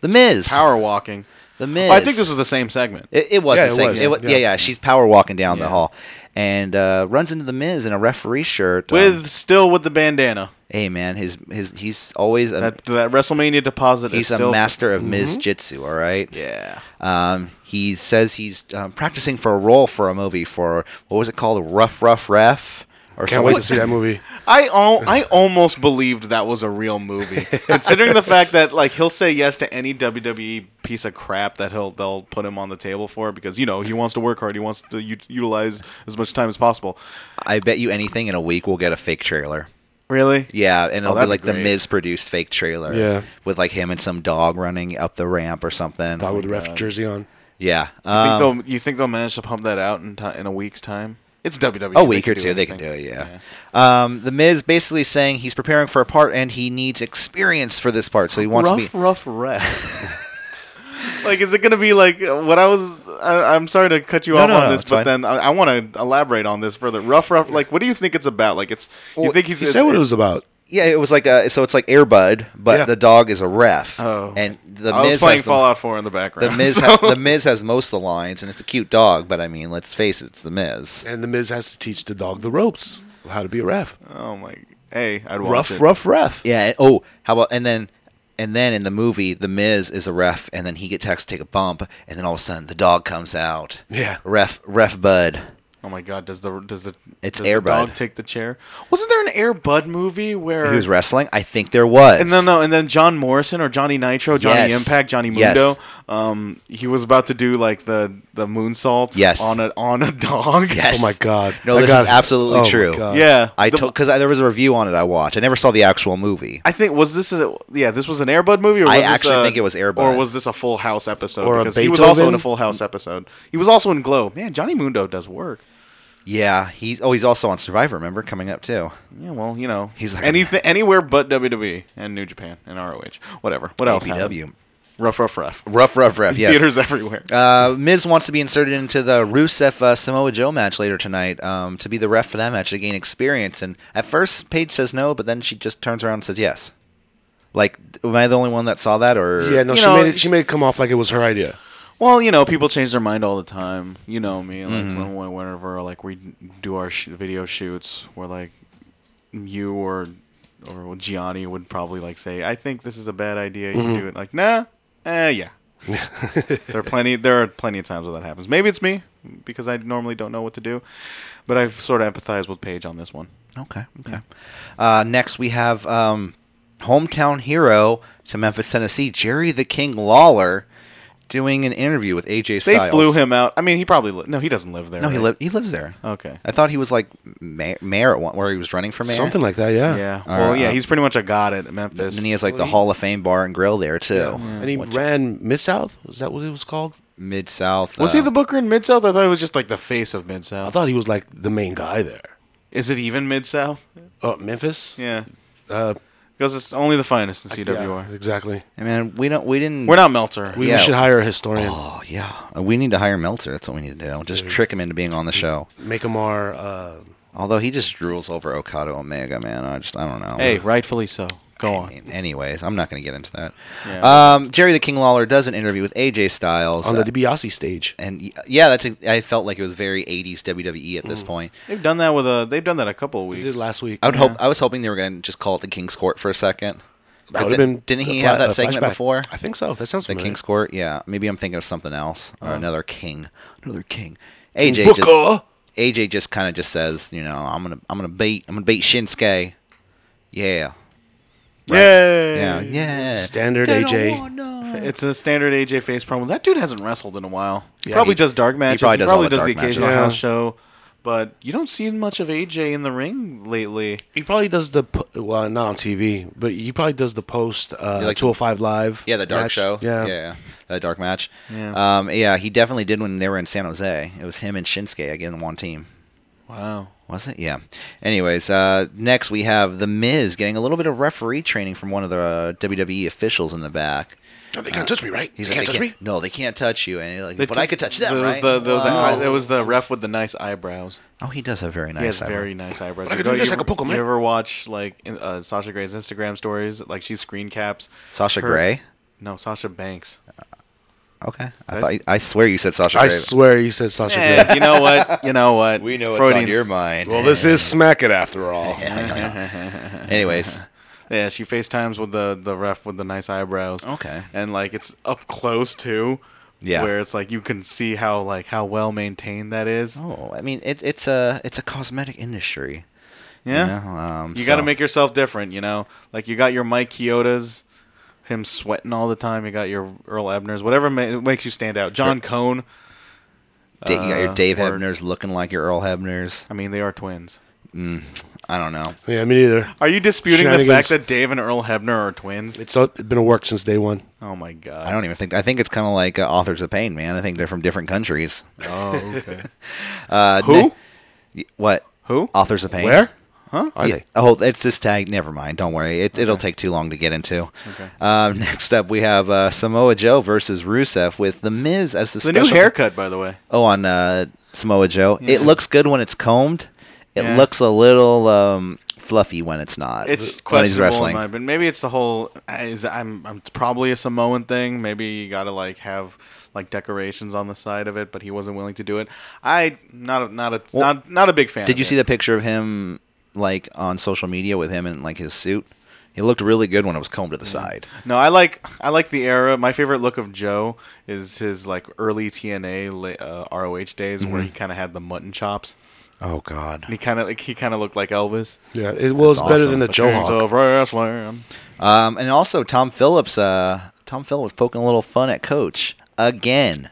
Speaker 2: the Miz,
Speaker 3: Power walking.
Speaker 2: the Miz.
Speaker 3: Oh, I think this was the same segment.
Speaker 2: It, it was
Speaker 4: Yeah,
Speaker 2: the
Speaker 4: it
Speaker 2: segment.
Speaker 4: was,
Speaker 2: It
Speaker 4: yeah,
Speaker 2: wa- yeah.
Speaker 4: yeah.
Speaker 2: yeah, She's power walking down the
Speaker 3: Yeah.
Speaker 2: hall, and uh, runs into the Miz in a referee shirt. um,
Speaker 3: with still with the bandana.
Speaker 2: hey man, his his he's always a,
Speaker 3: That that WrestleMania deposit
Speaker 2: he's
Speaker 3: is still
Speaker 2: a master of Miz Jitsu. All right.
Speaker 3: Yeah.
Speaker 2: Um, he says he's um, practicing for a role for a movie for what was it called, Rough Rough Ref, or
Speaker 4: Can't wait to see that movie.
Speaker 3: I al- I almost believed that was a real movie, considering the fact that like he'll say yes to any WWE piece of crap that he'll they'll put him on the table for because you know he wants to work hard, he wants to u- utilize as much time as possible.
Speaker 2: I bet you anything in a week we'll get a fake trailer.
Speaker 3: Really?
Speaker 2: Yeah, and it'll be
Speaker 3: that'd be
Speaker 2: like the
Speaker 3: great.
Speaker 2: Miz produced fake trailer.
Speaker 4: Yeah.
Speaker 2: With like him and some dog running up the ramp or something.
Speaker 4: Dog with the ref jersey on.
Speaker 2: Yeah.
Speaker 3: Think
Speaker 2: Um,
Speaker 3: they'll, you think they'll manage to pump that out in ti in a week's time? It's WWE.
Speaker 2: a week
Speaker 3: can
Speaker 2: or
Speaker 3: do
Speaker 2: two, they can do
Speaker 3: anything.
Speaker 2: it, yeah. Um, the Miz basically saying he's preparing for a part and he needs experience for this part, so he wants
Speaker 3: rough,
Speaker 2: to be.
Speaker 3: rough ref. like, is it gonna be like what I was? I, I'm sorry to cut you
Speaker 2: No,
Speaker 3: off
Speaker 2: no,
Speaker 3: on
Speaker 2: no,
Speaker 3: this,
Speaker 2: it's
Speaker 3: but
Speaker 2: fine.
Speaker 3: then I, I want to elaborate on this further. Rough, rough. Like, what do you think it's about? Like, it's you
Speaker 2: Well,
Speaker 3: think he's
Speaker 4: He
Speaker 3: it's-
Speaker 4: said what it was about.
Speaker 2: Yeah, it was like a, so it's like Airbud, but
Speaker 4: Yeah.
Speaker 2: the dog is a ref.
Speaker 3: Oh.
Speaker 2: and the
Speaker 3: I was
Speaker 2: Miz
Speaker 3: playing
Speaker 2: has the,
Speaker 3: Fallout 4 in the
Speaker 2: the
Speaker 3: background.
Speaker 2: Miz
Speaker 3: so-
Speaker 2: ha- the Miz has most of the lines, and it's a cute dog, but I mean, let's face it, it's the Miz.
Speaker 4: And the Miz has to teach the dog the ropes, how to be a ref.
Speaker 3: oh my. Hey, I'd watch
Speaker 4: Rough,
Speaker 3: it.
Speaker 4: rough ref.
Speaker 2: Yeah. and- Oh, how about and then and then in the movie, the Miz is a ref, and then he gets asked to take a bump, and then all of a sudden the dog comes out.
Speaker 4: Yeah.
Speaker 2: Ref, ref Bud.
Speaker 3: Oh my God! Does the does the
Speaker 2: It's
Speaker 3: does
Speaker 2: Air
Speaker 3: the dog
Speaker 2: Bud.
Speaker 3: take the chair? Wasn't there an Air Bud movie where
Speaker 2: He was wrestling. I think there was.
Speaker 3: And then no, and then John Morrison or Johnny Nitro, Johnny
Speaker 2: Yes.
Speaker 3: Impact, Johnny
Speaker 2: Yes.
Speaker 3: Mundo. Um, he was about to do like the the moonsault.
Speaker 2: Yes.
Speaker 3: on a on a dog.
Speaker 2: Yes.
Speaker 4: Oh my God.
Speaker 2: No,
Speaker 4: I
Speaker 2: this
Speaker 4: got
Speaker 2: is
Speaker 4: it.
Speaker 2: absolutely
Speaker 4: Oh my
Speaker 2: true.
Speaker 4: God.
Speaker 3: Yeah,
Speaker 2: Uh, I
Speaker 3: The-
Speaker 2: told because there was a review on it. I watched. I never saw the actual movie.
Speaker 3: I think was this a yeah this was an Airbud movie. Or was
Speaker 2: I
Speaker 3: this
Speaker 2: actually
Speaker 3: a-
Speaker 2: think it was Air Bud.
Speaker 3: or was this a Full House episode?
Speaker 4: Or a
Speaker 3: because he was also in a
Speaker 4: Beethoven?
Speaker 3: Full House episode. He was also in Glow. Man, Johnny Mundo does work.
Speaker 2: Yeah, he's oh he's also on Survivor. Remember coming up too.
Speaker 3: Yeah, well, you know,
Speaker 2: He's like-
Speaker 3: anything anywhere but WWE and New Japan and ROH, whatever. What else? happened?
Speaker 2: APW.
Speaker 3: Rough, rough, rough.
Speaker 2: Rough, rough, rough. Yes.
Speaker 3: Theaters everywhere.
Speaker 2: Uh, Miz wants to be inserted into the Rusev uh, Samoa Joe match later tonight um, to be the ref for that match to gain experience. And at first, Paige says no, but then she just turns around and says yes. Like, am I the only one that saw that? Or
Speaker 4: Yeah, no,
Speaker 3: You
Speaker 4: she
Speaker 3: know,
Speaker 4: made it. She made it come off like it was her idea.
Speaker 3: Well, you know, people change their mind all the time. You know me, like
Speaker 2: Mm-hmm.
Speaker 3: when- when- whenever like we do our sh- video shoots, where like you or or Gianni would probably like say, "I think this is a bad idea." You
Speaker 2: Mm-hmm.
Speaker 3: do it like, "Nah, eh, yeah." there are plenty. There are plenty of times where that happens. Maybe it's me because I normally don't know what to do, but I've sort of empathized with Paige on this one.
Speaker 2: Okay. Okay. Uh, next, we have um, hometown hero to Memphis, Tennessee, Jerry the King Lawler, doing an interview with AJ
Speaker 3: They
Speaker 2: Styles.
Speaker 3: flew him out. I mean, he probably li- no, he doesn't live there.
Speaker 2: No, he
Speaker 3: right?
Speaker 2: lives. He lives there.
Speaker 3: Okay.
Speaker 2: I thought he was like ma- mayor at one, where he was running for mayor.
Speaker 4: Something like that. Yeah.
Speaker 3: Yeah.
Speaker 2: All
Speaker 3: Well,
Speaker 2: right,
Speaker 3: yeah,
Speaker 2: uh,
Speaker 3: he's pretty much a god at Memphis.
Speaker 2: And he has like the
Speaker 4: Well, he-
Speaker 2: Hall of Fame bar and grill there too.
Speaker 4: And he ran Mid South. Was that what it was called?
Speaker 2: Mid South.
Speaker 3: Was he the Booker in Mid South? I thought he was just like the face of Mid
Speaker 4: I
Speaker 3: South.
Speaker 4: thought he was like the main guy there.
Speaker 3: Is it even Mid South?
Speaker 4: Oh, Memphis.
Speaker 3: Yeah,
Speaker 4: Uh,
Speaker 3: because it's only the finest in CWR.
Speaker 4: yeah, exactly.
Speaker 2: I mean, we don't. We didn't.
Speaker 3: We're not Melter.
Speaker 4: We,
Speaker 2: Yeah.
Speaker 4: we should hire a historian.
Speaker 2: Oh yeah, we need to hire Meltzer. That's what we need to do. Just trick him into being on the show.
Speaker 4: Make him our. Uh,
Speaker 2: Although he just drools over Okada Omega, man. I just I don't know.
Speaker 3: hey, rightfully so. Go
Speaker 2: I
Speaker 3: on.
Speaker 2: mean, anyways, I'm not going to get into that.
Speaker 3: Yeah.
Speaker 2: um, Jerry the King Lawler does an interview with AJ Styles,
Speaker 4: on
Speaker 2: uh,
Speaker 4: the DiBiase stage.
Speaker 2: and y- yeah, that's a, I felt like it was very 80s WWE E at this
Speaker 3: Mm.
Speaker 2: point.
Speaker 3: They've done that with a. They've done that a couple of
Speaker 4: We
Speaker 3: weeks.
Speaker 4: did last week.
Speaker 2: I would hope I was hoping they were going to just call it the King's Court for a second. 'Cause
Speaker 4: would've
Speaker 2: di-
Speaker 4: been
Speaker 2: didn't he
Speaker 4: a
Speaker 2: have
Speaker 4: fla-
Speaker 2: that
Speaker 4: a
Speaker 2: segment
Speaker 4: flashback.
Speaker 2: before?
Speaker 4: I think so. That sounds
Speaker 2: The
Speaker 4: familiar.
Speaker 2: King's Court, yeah. Maybe I'm thinking of something else or another king, another king. AJ
Speaker 4: Booker.
Speaker 2: just AJ just kind of just says, you know, I'm gonna I'm gonna beat I'm gonna beat Shinsuke, yeah,
Speaker 3: Yay!
Speaker 2: yeah, yeah.
Speaker 4: Standard
Speaker 2: They don't
Speaker 4: AJ.
Speaker 2: want no-
Speaker 3: It's a standard AJ face promo. That dude hasn't wrestled in a while. He
Speaker 4: Yeah,
Speaker 3: probably
Speaker 2: he-
Speaker 3: does dark matches. He
Speaker 2: probably
Speaker 3: probably
Speaker 2: does
Speaker 3: does,
Speaker 2: all the
Speaker 3: the
Speaker 2: dark matches.
Speaker 3: occasional
Speaker 4: Yeah.
Speaker 3: house show, but you don't see much of AJ in the ring lately.
Speaker 4: He probably does the po- well, not on TV, but he probably does the post uh,
Speaker 2: You like-
Speaker 4: 205 live.
Speaker 2: Yeah, the dark
Speaker 4: match.
Speaker 2: show.
Speaker 4: Yeah,
Speaker 2: yeah, that dark match.
Speaker 3: Yeah.
Speaker 2: Um, yeah, he definitely did when they were in San Jose. It was him and Shinsuke again, one team.
Speaker 3: Wow.
Speaker 2: Was it? Yeah. Anyways, uh, next we have the Miz getting a little bit of referee training from one of the uh, WWE officials in the back.
Speaker 4: No, Oh, they can't touch me, right?
Speaker 2: He's
Speaker 4: they
Speaker 2: like,
Speaker 4: can't
Speaker 2: they
Speaker 4: touch me.
Speaker 2: can't- No, they can't touch you. And he's like,
Speaker 3: They
Speaker 2: but
Speaker 3: t-
Speaker 2: I could touch them,
Speaker 3: there was
Speaker 2: right?
Speaker 3: the- there was the-
Speaker 2: Wow.
Speaker 3: there was the ref with the nice eyebrows.
Speaker 2: oh, he does have very nice.
Speaker 3: He has
Speaker 2: eyebrow.
Speaker 3: very nice eyebrows.
Speaker 4: I could
Speaker 3: You
Speaker 4: do
Speaker 3: know,
Speaker 4: this
Speaker 3: you
Speaker 4: like a
Speaker 3: ever-
Speaker 4: Pokemon.
Speaker 3: You ever watch like in, uh, Sasha Gray's Instagram stories? Like she screen caps
Speaker 2: Sasha
Speaker 3: her-
Speaker 2: Grey.
Speaker 3: No, Sasha Banks.
Speaker 2: Okay, I,
Speaker 3: That's-
Speaker 2: thought, I swear you said Sasha.
Speaker 4: I
Speaker 2: Grey.
Speaker 4: swear you said Sasha Grey.
Speaker 3: Eh, you know what? You know what?
Speaker 2: we
Speaker 3: It's
Speaker 2: know what's on
Speaker 3: Freudian-
Speaker 2: your mind.
Speaker 4: Well, this is Smack It after all.
Speaker 2: Anyways,
Speaker 3: Yeah, she FaceTimes with the the ref with the nice eyebrows.
Speaker 2: Okay.
Speaker 3: and like it's up close too.
Speaker 2: Yeah.
Speaker 3: where it's like you can see how like how well maintained that is.
Speaker 2: oh, I mean, it, it's a it's a cosmetic industry.
Speaker 3: yeah,
Speaker 2: You, know, um,
Speaker 3: you got to
Speaker 2: so-
Speaker 3: make yourself different. You know, like you got your Mike Kyotas. Him sweating all the time. You got your Earl Ebner's, whatever ma- makes you stand out. John Cohn.
Speaker 2: Da- you got your
Speaker 3: uh,
Speaker 2: Dave
Speaker 3: or-
Speaker 2: Hebner's looking like your Earl Hebner's.
Speaker 3: I mean, they are twins.
Speaker 2: I don't know.
Speaker 4: Yeah, me neither.
Speaker 3: Are you disputing the
Speaker 4: Shenanigans.
Speaker 3: fact that Dave and Earl Hebner are twins?
Speaker 4: It's all- it's been a work since day one.
Speaker 3: Oh my god!
Speaker 2: I don't even think. I think it's kind of like uh, Authors of Pain, man. I think they're from different countries.
Speaker 3: Oh, okay.
Speaker 2: Uh,
Speaker 3: Who?
Speaker 2: ne- what?
Speaker 3: Who?
Speaker 2: Authors of Pain.
Speaker 4: Where? Huh? Are
Speaker 2: Yeah.
Speaker 4: they?
Speaker 2: Oh, it's this tag. Never mind. Don't worry. It, It'll take too long to get into. Okay. Um, next up, we have uh, Samoa Joe versus Rusev with The Miz as the,
Speaker 3: The new
Speaker 2: special-
Speaker 3: haircut, by the way.
Speaker 2: Oh, on uh, Samoa Joe. It
Speaker 3: Yeah.
Speaker 2: looks good when it's combed. It
Speaker 3: Yeah.
Speaker 2: looks a little um, fluffy when it's not.
Speaker 3: It's
Speaker 2: when he's
Speaker 3: questionable, in
Speaker 2: wrestling.
Speaker 3: my opinion. Maybe it's the whole. Is I'm I'm it's probably a Samoan thing. Maybe you gotta like have like decorations on the side of it, but he wasn't willing to do it. I not a, not a not not a big fan.
Speaker 2: Did
Speaker 3: of
Speaker 2: you
Speaker 3: it.
Speaker 2: see the picture of him like on social media with him in like his suit? It looked really good when it was combed to the
Speaker 3: Mm.
Speaker 2: side.
Speaker 3: No, I like I like the era. My favorite look of Joe is his like early TNA la- uh, ROH days
Speaker 4: Mm-hmm.
Speaker 3: where he kind of had the mutton chops.
Speaker 2: Oh God.
Speaker 3: And he kind of like he kind of looked like Elvis.
Speaker 4: Yeah, it was better
Speaker 2: awesome.
Speaker 4: than the
Speaker 2: But
Speaker 4: Joe
Speaker 3: Dreams
Speaker 4: Hawk.
Speaker 3: of wrestling.
Speaker 2: Um, and also Tom Phillips. Uh, Tom Phillips poking a little fun at Coach again.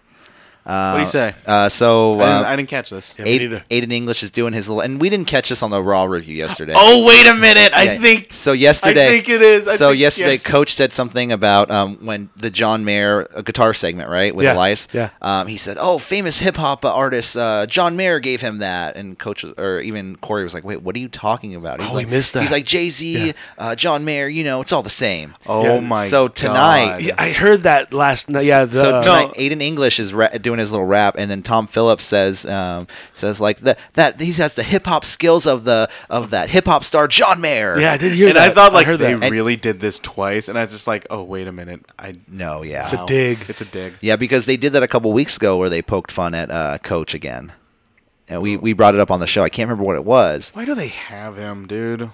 Speaker 3: what do you say?
Speaker 2: Uh, so.
Speaker 3: I, didn't, I
Speaker 2: Uh,
Speaker 3: didn't catch this.
Speaker 4: Yeah. me
Speaker 2: Aiden,
Speaker 4: neither.
Speaker 2: Aiden English is doing his, little, and we didn't catch this on the Raw review yesterday.
Speaker 3: Oh wait a minute! I
Speaker 2: Yeah.
Speaker 3: think
Speaker 2: so. Yesterday,
Speaker 3: I think it is. I
Speaker 2: so
Speaker 3: think-
Speaker 2: yesterday,
Speaker 3: yes.
Speaker 2: Coach said something about um, when the John Mayer uh, guitar segment, right, with
Speaker 4: Yeah,
Speaker 2: Elias.
Speaker 4: yeah.
Speaker 2: Um, he said, "Oh, famous hip hop artist uh, John Mayer gave him that," and Coach was- or even Corey was like, "Wait, what are you talking about?" He's
Speaker 4: Oh, we
Speaker 2: like,
Speaker 4: missed that.
Speaker 2: He's like Jay Z, uh, John Mayer. You know, it's all the same.
Speaker 3: oh
Speaker 4: Yeah,
Speaker 3: my!
Speaker 2: so tonight-
Speaker 3: God.
Speaker 4: Yeah, I heard that last night. Yeah, the,
Speaker 2: so tonight, Aiden English is ra- doing his little rap, and then Tom Phillips says um, says like that that he has the hip hop skills of the of that hip hop star John Mayer.
Speaker 4: yeah, I did hear
Speaker 3: and
Speaker 4: that.
Speaker 3: I thought like
Speaker 4: heard
Speaker 3: they
Speaker 4: that.
Speaker 3: really did this twice, and I was just like, oh wait a minute, I
Speaker 2: No, yeah.
Speaker 4: It's a dig.
Speaker 3: It's a dig.
Speaker 2: Yeah, because they did that a couple weeks ago where they poked fun at uh, Coach again. And we, we brought it up on the show. I can't remember what it was.
Speaker 3: Why do they have him, dude?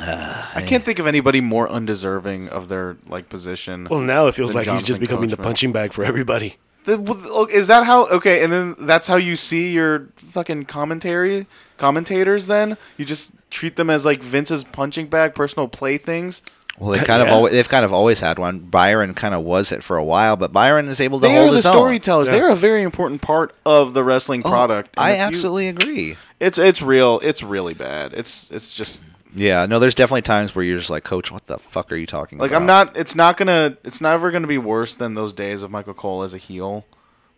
Speaker 4: Uh,
Speaker 3: I can't think of anybody more undeserving of their like position.
Speaker 4: Well, now it feels
Speaker 3: than
Speaker 4: like he's just
Speaker 3: Jonathan
Speaker 4: becoming the
Speaker 3: Coachman.
Speaker 4: punching bag for everybody.
Speaker 3: The- with- oh, Is that how? Okay, and then that's how you see your fucking commentary commentators. Then you just treat them as like Vince's punching bag, personal playthings.
Speaker 2: Well, they kind of
Speaker 4: Yeah.
Speaker 2: always, they've kind of always had one. Byron kind of was it for a while, but Byron is able to
Speaker 3: They are
Speaker 2: hold
Speaker 3: the
Speaker 2: his own.
Speaker 3: storytellers.
Speaker 4: Yeah.
Speaker 3: They are a very important part of the wrestling product.
Speaker 2: Oh, I
Speaker 3: And if you-
Speaker 2: absolutely agree.
Speaker 3: it's it's real. It's really bad. It's it's just
Speaker 2: Yeah, no, there's definitely times where you're just like, Coach, what the fuck are you talking
Speaker 3: Like
Speaker 2: about?
Speaker 3: I'm not. It's not gonna. It's never gonna be worse than those days of Michael Cole as a heel,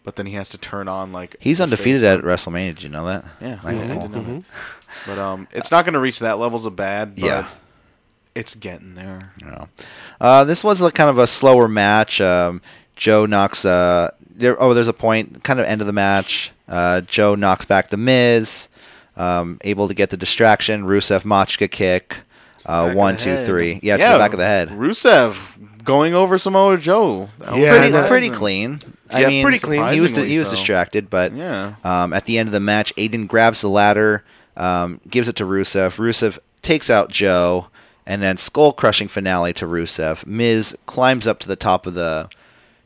Speaker 3: but then he has to turn on like
Speaker 2: He's
Speaker 3: the
Speaker 2: undefeated
Speaker 3: face-
Speaker 2: at WrestleMania. Did you know that?
Speaker 3: Yeah, I,
Speaker 2: Michael
Speaker 3: I
Speaker 2: Cole.
Speaker 3: didn't know
Speaker 4: Mm-hmm.
Speaker 3: that. oh. But um, it's not gonna reach that levels of bad. But
Speaker 2: Yeah.
Speaker 3: it's getting there.
Speaker 2: You know. Uh, this was like kind of a slower match. Um, Joe knocks. Uh, there, oh, there's a point. Kind of end of the match. Uh, Joe knocks back the Miz. Um, able to get the distraction. Rusev Machka kick. Uh, one, two, three. Yeah, to the back of the head.
Speaker 3: Rusev going over Samoa Joe. That was
Speaker 4: Yeah,
Speaker 2: pretty,
Speaker 4: and, uh,
Speaker 2: pretty clean. I
Speaker 3: Yeah,
Speaker 2: mean,
Speaker 3: pretty clean.
Speaker 2: He was he was
Speaker 3: Surprisingly so.
Speaker 2: distracted, but
Speaker 3: Yeah.
Speaker 2: um, at the end of the match, Aiden grabs the ladder, um, gives it to Rusev. Rusev takes out Joe, and then skull crushing finale to Rusev. Miz climbs up to the top of the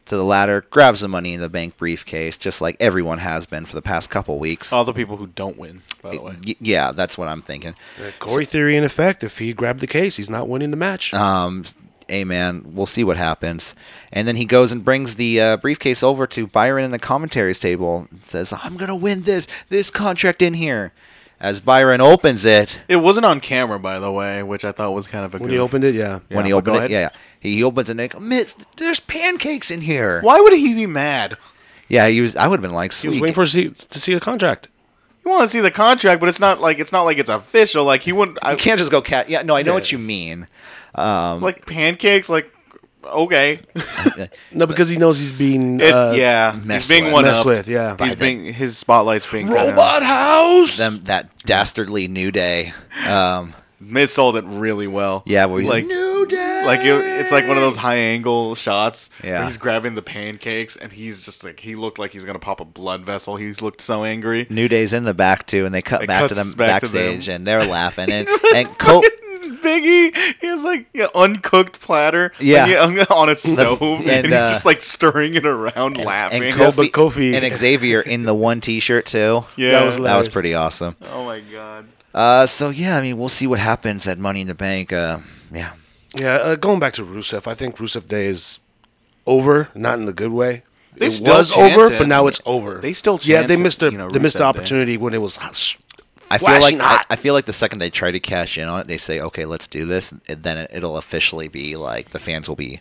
Speaker 2: to the ladder, grabs the money in the bank briefcase, just like everyone has been for the past couple weeks.
Speaker 3: All the people who don't win, by the way.
Speaker 2: Y- yeah, that's what I'm thinking.
Speaker 4: Corey theory in effect. If he grabbed the case, he's not winning the match.
Speaker 2: um, hey man, we'll see what happens. And then he goes and brings the uh, briefcase over to Byron in the commentaries table. And says, "I'm gonna win this this contract in here." As Byron opens it,
Speaker 3: It wasn't on camera, by the way, which I thought was kind of a.
Speaker 4: when
Speaker 3: goof.
Speaker 4: he opened it, yeah.
Speaker 2: when he
Speaker 3: but go
Speaker 2: opens it,
Speaker 3: ahead.
Speaker 2: yeah, yeah. he he opens it. And he- Miss, there's pancakes in here.
Speaker 3: Why would he be mad?
Speaker 2: Yeah, he was. I would have been like,
Speaker 4: He was
Speaker 2: "Sweet."
Speaker 4: waiting for us to see, to see a contract.
Speaker 3: You want to see the contract, but it's not like it's not like it's official. Like he wouldn't. I,
Speaker 2: you can't just go cat. Yeah, no, I know what you mean. Um,
Speaker 3: like pancakes like okay
Speaker 4: No, because he knows he's being
Speaker 3: it,
Speaker 4: uh,
Speaker 3: yeah he's
Speaker 2: messed
Speaker 3: being
Speaker 2: with.
Speaker 3: one
Speaker 4: messed
Speaker 3: up
Speaker 4: with, yeah.
Speaker 3: he's
Speaker 2: the-
Speaker 3: being his spotlight's being
Speaker 4: Robot House.
Speaker 2: Them that dastardly New Day. Um,
Speaker 3: mid sold it really well
Speaker 2: yeah, where he's like,
Speaker 3: like
Speaker 2: New Day.
Speaker 3: like it, it's like one of those high angle shots
Speaker 2: Yeah.
Speaker 3: where he's grabbing the pancakes and he's just like he looked like he's gonna pop a blood vessel he's looked so angry
Speaker 2: New Day's in the back too, and they cut
Speaker 3: It
Speaker 2: back to
Speaker 3: cuts
Speaker 2: them
Speaker 3: back to
Speaker 2: backstage,
Speaker 3: them.
Speaker 2: and they're laughing. And and Cope,
Speaker 3: Biggie, he has like an uncooked platter, like,
Speaker 2: Yeah.
Speaker 3: on a stove, and,
Speaker 2: and,
Speaker 3: he's
Speaker 2: uh,
Speaker 3: just like stirring it around, laughing.
Speaker 2: and
Speaker 4: Yeah,
Speaker 2: Kofi,
Speaker 4: but Kofi-
Speaker 2: and Xavier in the one T-shirt too.
Speaker 3: Yeah.
Speaker 4: That was
Speaker 2: that was
Speaker 4: hilarious.
Speaker 2: pretty awesome.
Speaker 3: oh my god!
Speaker 2: Uh, so yeah, I mean, we'll see what happens at Money in the Bank. Uh, yeah,
Speaker 4: Yeah, uh, going back to Rusev, I think Rusev Day is over, not in the good way.
Speaker 3: They
Speaker 4: it
Speaker 3: still
Speaker 4: was
Speaker 3: chant
Speaker 4: over,
Speaker 3: it.
Speaker 4: but now it's over.
Speaker 3: They still
Speaker 4: yeah, they
Speaker 3: chant it,
Speaker 4: missed a
Speaker 3: you know,
Speaker 4: they missed
Speaker 3: Rusev
Speaker 4: the
Speaker 3: Day.
Speaker 4: opportunity when it was.
Speaker 2: I feel like
Speaker 4: flashing
Speaker 2: I,
Speaker 4: hot.
Speaker 2: I feel like the second they try to cash in on it, they say, "Okay, let's do this," and then it, it'll officially be like the fans will be.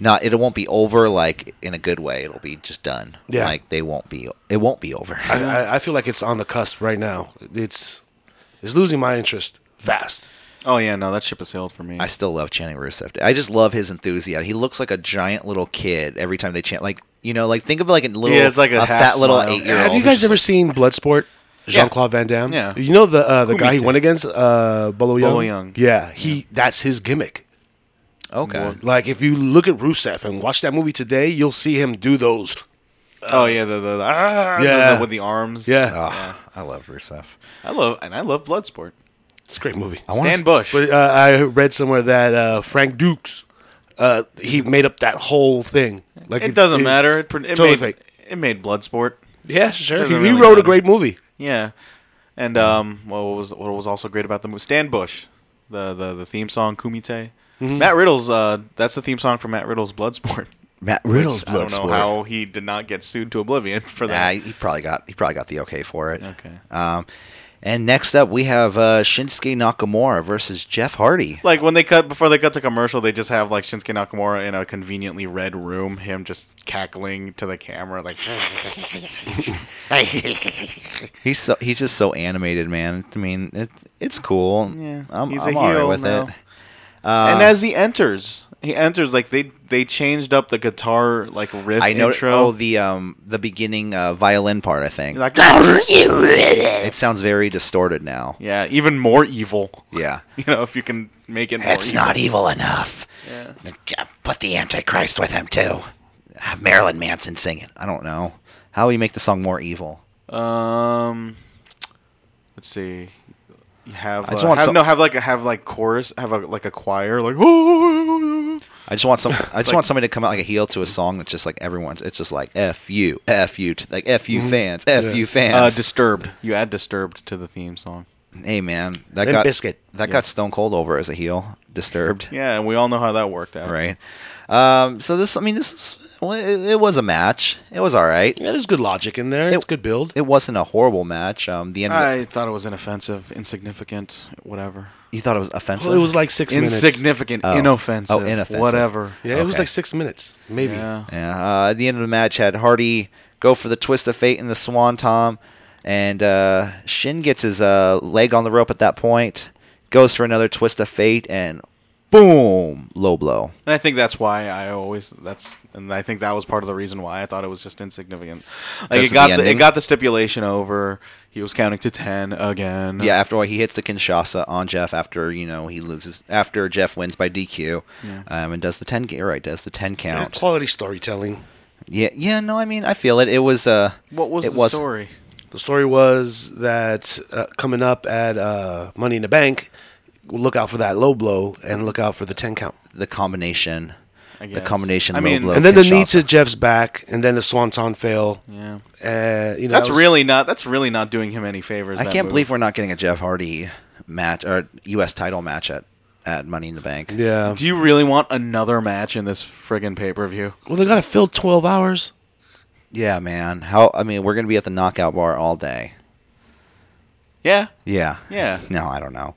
Speaker 2: Not it won't be over like in a good way. It'll be just done.
Speaker 4: Yeah.
Speaker 2: like they won't be. It won't be over.
Speaker 4: I, I, I feel like it's on the cusp right now. It's it's losing my interest fast.
Speaker 3: Oh yeah, no, that ship has sailed for me.
Speaker 2: I still love Channing Rusev. I just love his enthusiasm. He looks like a giant little kid every time they chant. Like you know, like think of like a little,
Speaker 3: Yeah, it's like
Speaker 2: a
Speaker 3: a half
Speaker 2: fat little
Speaker 3: smile.
Speaker 2: eight year old.
Speaker 4: Have you guys ever seen Bloodsport? Jean Claude Van Damme.
Speaker 3: Yeah.
Speaker 4: you know the uh, the guy he
Speaker 3: Kumite.
Speaker 4: went against, uh, Bolo Young.
Speaker 3: Bolo Young.
Speaker 4: Yeah, he that's his gimmick.
Speaker 2: Okay.
Speaker 4: Like if you look at Rusev and watch that movie today, you'll see him do those.
Speaker 3: oh yeah, the the, the ah,
Speaker 4: Yeah.
Speaker 3: the- with the arms.
Speaker 4: Yeah,
Speaker 2: Ah, I love Rusev.
Speaker 3: I love and I love Bloodsport.
Speaker 4: It's a great movie.
Speaker 2: I wanna
Speaker 3: Dan
Speaker 2: s-
Speaker 3: Bush.
Speaker 4: But uh, I read somewhere that uh, Frank Dukes, uh, he made up that whole thing. Like
Speaker 3: it doesn't
Speaker 4: it's
Speaker 3: matter. It, pr- it
Speaker 4: totally
Speaker 3: made
Speaker 4: fake.
Speaker 3: it made Bloodsport.
Speaker 4: Yeah, sure.
Speaker 3: doesn't
Speaker 4: He, he
Speaker 3: really
Speaker 4: wrote
Speaker 3: matter.
Speaker 4: a great movie.
Speaker 3: Yeah, and um, what was what was also great about the movie? Stan Bush, the the, the theme song Kumite.
Speaker 2: Mm-hmm.
Speaker 3: Matt Riddle's uh, that's the theme song for Matt Riddle's Bloodsport.
Speaker 2: Matt Riddle's
Speaker 3: I don't know
Speaker 2: Bloodsport.
Speaker 3: how he did not get sued to oblivion for
Speaker 2: Nah,
Speaker 3: that.
Speaker 2: he probably got he probably got the okay for it.
Speaker 3: Okay.
Speaker 2: Um, and next up we have uh, Shinsuke Nakamura versus Jeff Hardy.
Speaker 3: like when they cut before they cut to commercial, they just have like Shinsuke Nakamura in a conveniently red room, him just cackling to the camera, like
Speaker 2: He's so he's just so animated, man. I mean, it's it's cool.
Speaker 3: Yeah,
Speaker 2: I'm,
Speaker 3: he's
Speaker 2: I'm
Speaker 3: a
Speaker 2: all right
Speaker 3: heel
Speaker 2: with
Speaker 3: now.
Speaker 2: it.
Speaker 3: and as he enters, he enters like they they changed up the guitar like riff
Speaker 2: I know.
Speaker 3: intro.
Speaker 2: Oh, the um the beginning uh, violin part. I think
Speaker 3: like,
Speaker 2: it sounds very distorted now.
Speaker 3: yeah, even more evil.
Speaker 2: Yeah,
Speaker 3: You know, if you can make it more
Speaker 2: it's
Speaker 3: evil.
Speaker 2: not evil enough. Put the Antichrist with him too. Have Marilyn Manson sing it. I don't know how will you make the song more evil.
Speaker 3: Um, let's see. You Have,
Speaker 2: I just
Speaker 3: uh,
Speaker 2: want
Speaker 3: have
Speaker 2: some-
Speaker 3: no have like a have like chorus have a like a choir like oh
Speaker 2: I just want some. I just
Speaker 3: Like-
Speaker 2: want somebody to come out like a heel to a song that's just like everyone's. It's just like f you, f you, to- like f you fans, f you fans.
Speaker 3: uh, disturbed you add disturbed to the theme song
Speaker 2: hey man, that
Speaker 4: Limp
Speaker 2: got
Speaker 4: Bizkit.
Speaker 2: That got Stone Cold over as a heel. Disturbed.
Speaker 3: yeah and we all know how that worked out
Speaker 2: right? Um, so this, I mean, this was, well, it, it was a match. It was all right.
Speaker 4: Yeah, there's good logic in there. it's good build.
Speaker 2: It wasn't a horrible match. Um, the end. of the,
Speaker 3: I thought it was inoffensive insignificant whatever
Speaker 2: you thought it was offensive.
Speaker 4: Well, it was like six minutes.
Speaker 3: insignificant inoffensive
Speaker 2: Oh, inoffensive.
Speaker 3: whatever
Speaker 4: Yeah, it was
Speaker 2: Okay.
Speaker 4: like six minutes, maybe.
Speaker 3: yeah
Speaker 2: Yeah. Uh, at the end of the match, had Hardy go for the twist of fate and the Swan Tom, and uh, Shin gets his uh, leg on the rope at that point. Goes for another twist of fate and boom, low blow.
Speaker 3: and I think that's why I always that's and I think that was part of the reason why I thought it was just insignificant
Speaker 2: Because
Speaker 3: like
Speaker 2: of
Speaker 3: it
Speaker 2: the
Speaker 3: got the, it
Speaker 2: ending?
Speaker 3: got the stipulation over he was counting to ten again
Speaker 2: Yeah, after all, he hits the Kinshasa on Jeff after you know he loses after Jeff wins by DQ, um, and does the ten. ca- Right, does the ten
Speaker 4: Yeah,
Speaker 2: count.
Speaker 4: quality storytelling.
Speaker 2: Yeah, yeah, no, I mean, I feel it. It was uh,
Speaker 3: what was
Speaker 2: it
Speaker 3: the story
Speaker 4: The story was that uh, coming up at uh, Money in the Bank, look out for that low blow and look out for the 10 count.
Speaker 2: the combination,
Speaker 3: I
Speaker 2: the
Speaker 3: guess.
Speaker 2: combination.
Speaker 3: I
Speaker 2: I
Speaker 3: mean-
Speaker 2: mean, blow,
Speaker 4: and then the
Speaker 2: Kinshasa.
Speaker 4: knee to Jeff's back, and then the swanton fail.
Speaker 3: yeah
Speaker 4: Uh, you know,
Speaker 3: that's
Speaker 4: that was-
Speaker 3: really not that's really not doing him any favors
Speaker 2: I
Speaker 3: that
Speaker 2: can't
Speaker 3: move.
Speaker 2: believe we're not getting a Jeff Hardy match or U.S. title match at at Money in the Bank.
Speaker 4: Yeah.
Speaker 3: do you really want another match in this friggin' pay per view
Speaker 4: Well, they got to fill 12 hours.
Speaker 2: Yeah, man. How? I mean, we're gonna be at the Knockout Bar all day.
Speaker 3: yeah
Speaker 2: Yeah.
Speaker 3: Yeah.
Speaker 2: No, I don't know.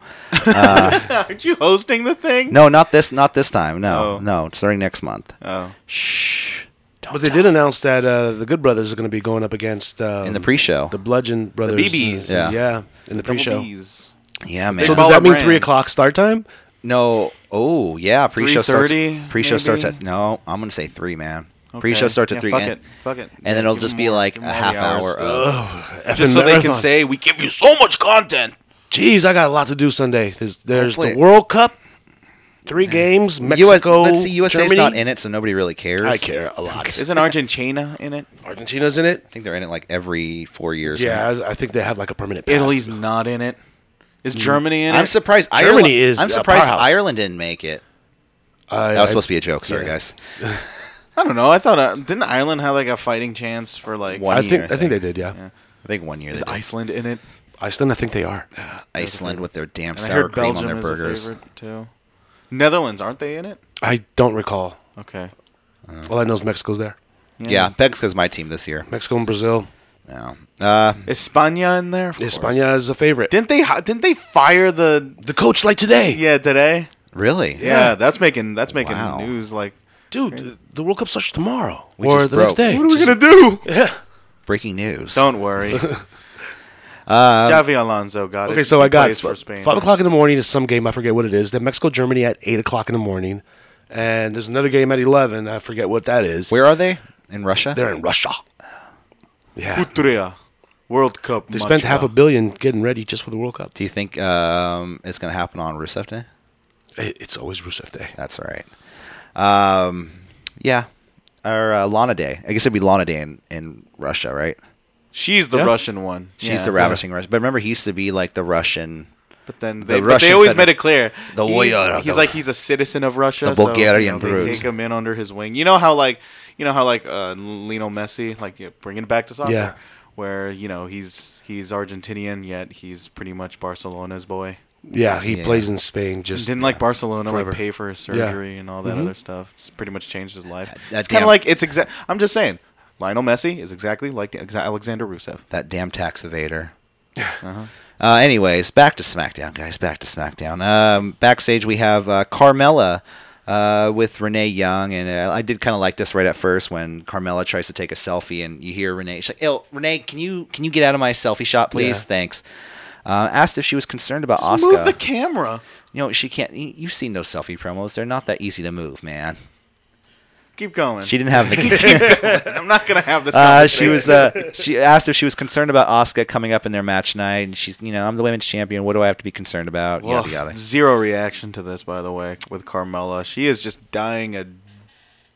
Speaker 3: aren't you hosting the thing
Speaker 2: No, not this. Not this time. No,
Speaker 3: Oh.
Speaker 2: no. It's starting next month.
Speaker 3: oh
Speaker 2: Shh. Don't
Speaker 4: But they
Speaker 2: tell
Speaker 4: did announce that uh, the Good Brothers are going to be going up against uh,
Speaker 2: in the pre-show.
Speaker 4: the Bludgeon Brothers.
Speaker 3: BBs.
Speaker 4: yeah.
Speaker 2: Yeah.
Speaker 4: in the
Speaker 3: Double
Speaker 4: pre-show.
Speaker 3: Bs.
Speaker 2: yeah, man.
Speaker 4: So
Speaker 3: Ball
Speaker 4: does that mean
Speaker 3: brands.
Speaker 4: three o'clock start time?
Speaker 2: No. Oh, yeah. Pre-show starts.
Speaker 3: 3:30,
Speaker 2: Pre-show starts
Speaker 3: maybe?
Speaker 2: at no. I'm gonna say three, man.
Speaker 3: Okay.
Speaker 2: Pre-show starts at
Speaker 3: Yeah,
Speaker 2: three.
Speaker 3: fuck
Speaker 2: and,
Speaker 3: it. Fuck it.
Speaker 2: And
Speaker 3: Yeah,
Speaker 2: then it'll
Speaker 3: give
Speaker 2: just
Speaker 3: them
Speaker 2: be
Speaker 3: more-
Speaker 2: like
Speaker 3: give
Speaker 2: a
Speaker 3: them all
Speaker 2: half
Speaker 3: the hours.
Speaker 2: hour of
Speaker 3: just so they can say we give you so much content.
Speaker 4: "Geez, I got a lot to do Sunday." There's, there's
Speaker 2: Hopefully-
Speaker 4: the World Cup, three games, Mexico,
Speaker 2: US, let's see, USA's
Speaker 4: Germany.
Speaker 2: not in it, so nobody really cares.
Speaker 4: I care a lot.
Speaker 3: Isn't Argentina in it?
Speaker 4: Argentina's in it?
Speaker 2: I think they're in it like every four years.
Speaker 4: Yeah,
Speaker 2: right?
Speaker 4: I, I think they have like a permanent. Pass.
Speaker 3: Italy's not in it. Is Germany in it?
Speaker 2: I'm surprised.
Speaker 4: Germany
Speaker 2: Ireland,
Speaker 4: is
Speaker 2: I'm
Speaker 4: a
Speaker 2: surprised
Speaker 4: powerhouse.
Speaker 2: Ireland didn't make it.
Speaker 4: I,
Speaker 2: That was supposed to be a joke. Sorry,
Speaker 4: yeah.
Speaker 2: guys.
Speaker 3: I don't know. I thought uh, didn't Ireland have like a fighting chance for like
Speaker 2: One
Speaker 4: I
Speaker 2: year,
Speaker 4: think I think they did. Yeah.
Speaker 2: I think one year
Speaker 3: is
Speaker 2: they did.
Speaker 3: Iceland in it?
Speaker 4: Iceland. I think they are.
Speaker 2: Iceland with their damn
Speaker 3: And I
Speaker 2: sour
Speaker 3: heard
Speaker 2: cream
Speaker 3: Belgium
Speaker 2: on their
Speaker 3: is
Speaker 2: burgers.
Speaker 3: a favorite too. Netherlands aren't they in it?
Speaker 4: I don't recall.
Speaker 3: Okay.
Speaker 4: All I know is Mexico's there.
Speaker 2: Yeah, Mexico's my team this year.
Speaker 4: Mexico and Brazil.
Speaker 2: No. Uh,
Speaker 3: Is España in there? Of course.
Speaker 4: España is a favorite.
Speaker 3: Didn't they hi- didn't they fire the
Speaker 4: the coach like today,
Speaker 3: yeah today?
Speaker 2: really?
Speaker 3: Yeah, that's making that's making
Speaker 2: Wow.
Speaker 3: news like
Speaker 4: dude. The World Cup starts tomorrow
Speaker 2: We
Speaker 4: or
Speaker 2: just
Speaker 4: the next
Speaker 2: broke.
Speaker 4: day.
Speaker 2: What are we
Speaker 3: going to do?
Speaker 4: yeah.
Speaker 2: Breaking news.
Speaker 3: Don't worry. Javi Alonso got it.
Speaker 4: Um, Okay, so I
Speaker 3: He
Speaker 4: got
Speaker 3: plays
Speaker 4: f-
Speaker 3: for Spain.
Speaker 4: five o'clock in the morning is some game I forget what it is. Then Mexico Germany at eight o'clock in the morning, and there's another game at eleven. I forget what that is.
Speaker 2: Where are they? In Russia?
Speaker 4: They're in Russia. Yeah,
Speaker 3: Putria, World Cup.
Speaker 4: they spent half a billion getting ready just for the World Cup.
Speaker 2: Do you think um, it's going to happen on Rusev Day?
Speaker 4: It- It's always Rusev Day.
Speaker 2: That's all right. Um, yeah. Or uh, Lana Day. I guess it'd be Lana Day in, in Russia, right?
Speaker 3: She's the
Speaker 4: Yeah.
Speaker 3: Russian one.
Speaker 2: She's
Speaker 3: Yeah.
Speaker 2: the ravishing Russian. But remember, he used to be like the Russian
Speaker 3: But then they, but they
Speaker 2: Russian
Speaker 3: always
Speaker 2: feder-
Speaker 3: made it clear.
Speaker 2: The
Speaker 3: he's,
Speaker 2: warrior,
Speaker 3: he's
Speaker 2: the-
Speaker 3: like he's a citizen of Russia.
Speaker 2: the
Speaker 3: so, you know,
Speaker 2: Bulgarian
Speaker 3: they
Speaker 2: brute.
Speaker 3: Take him in under his wing. You know how like you know how like uh, Lionel Messi, like you know, bringing it back to soccer,
Speaker 4: Yeah.
Speaker 3: where you know he's he's Argentinian yet he's pretty much Barcelona's boy.
Speaker 4: Yeah, he
Speaker 2: Yeah.
Speaker 4: plays in Spain. Just
Speaker 3: Didn't like Barcelona,
Speaker 4: Forever.
Speaker 3: like pay for his surgery and all that other stuff. It's pretty much changed his life.
Speaker 2: that
Speaker 3: it's kind
Speaker 2: damn-
Speaker 3: of like it's exact. I'm just saying, Lionel Messi is exactly like the- exa- Alexander Rusev.
Speaker 2: That damn tax evader.
Speaker 3: Uh-huh.
Speaker 2: Uh, anyways, back to SmackDown, guys. Back to SmackDown. Um, backstage, we have uh, Carmella uh, with Renee Young, and uh, I did kind of like this right at first when Carmella tries to take a selfie, and you hear Renee. She's like, "Yo, Renee, can you can you get out of my selfie shot, please?
Speaker 4: Yeah.
Speaker 2: Thanks." Uh, asked if she was concerned about
Speaker 3: Just
Speaker 2: Oscar.
Speaker 3: Move the camera.
Speaker 2: you know, she can't. you- You've seen those selfie promos; they're not that easy to move, man.
Speaker 3: Keep going.
Speaker 2: She didn't have the.
Speaker 3: I'm not gonna have this.
Speaker 2: Uh, she
Speaker 3: conversation.
Speaker 2: was. Uh, she asked if she was concerned about Oscar coming up in their match night, and she's, you know, I'm the women's champion. What do I have to be concerned about? Yada
Speaker 3: Woof.
Speaker 2: yada.
Speaker 3: Zero reaction to this, by the way, with Carmella. She is just dying a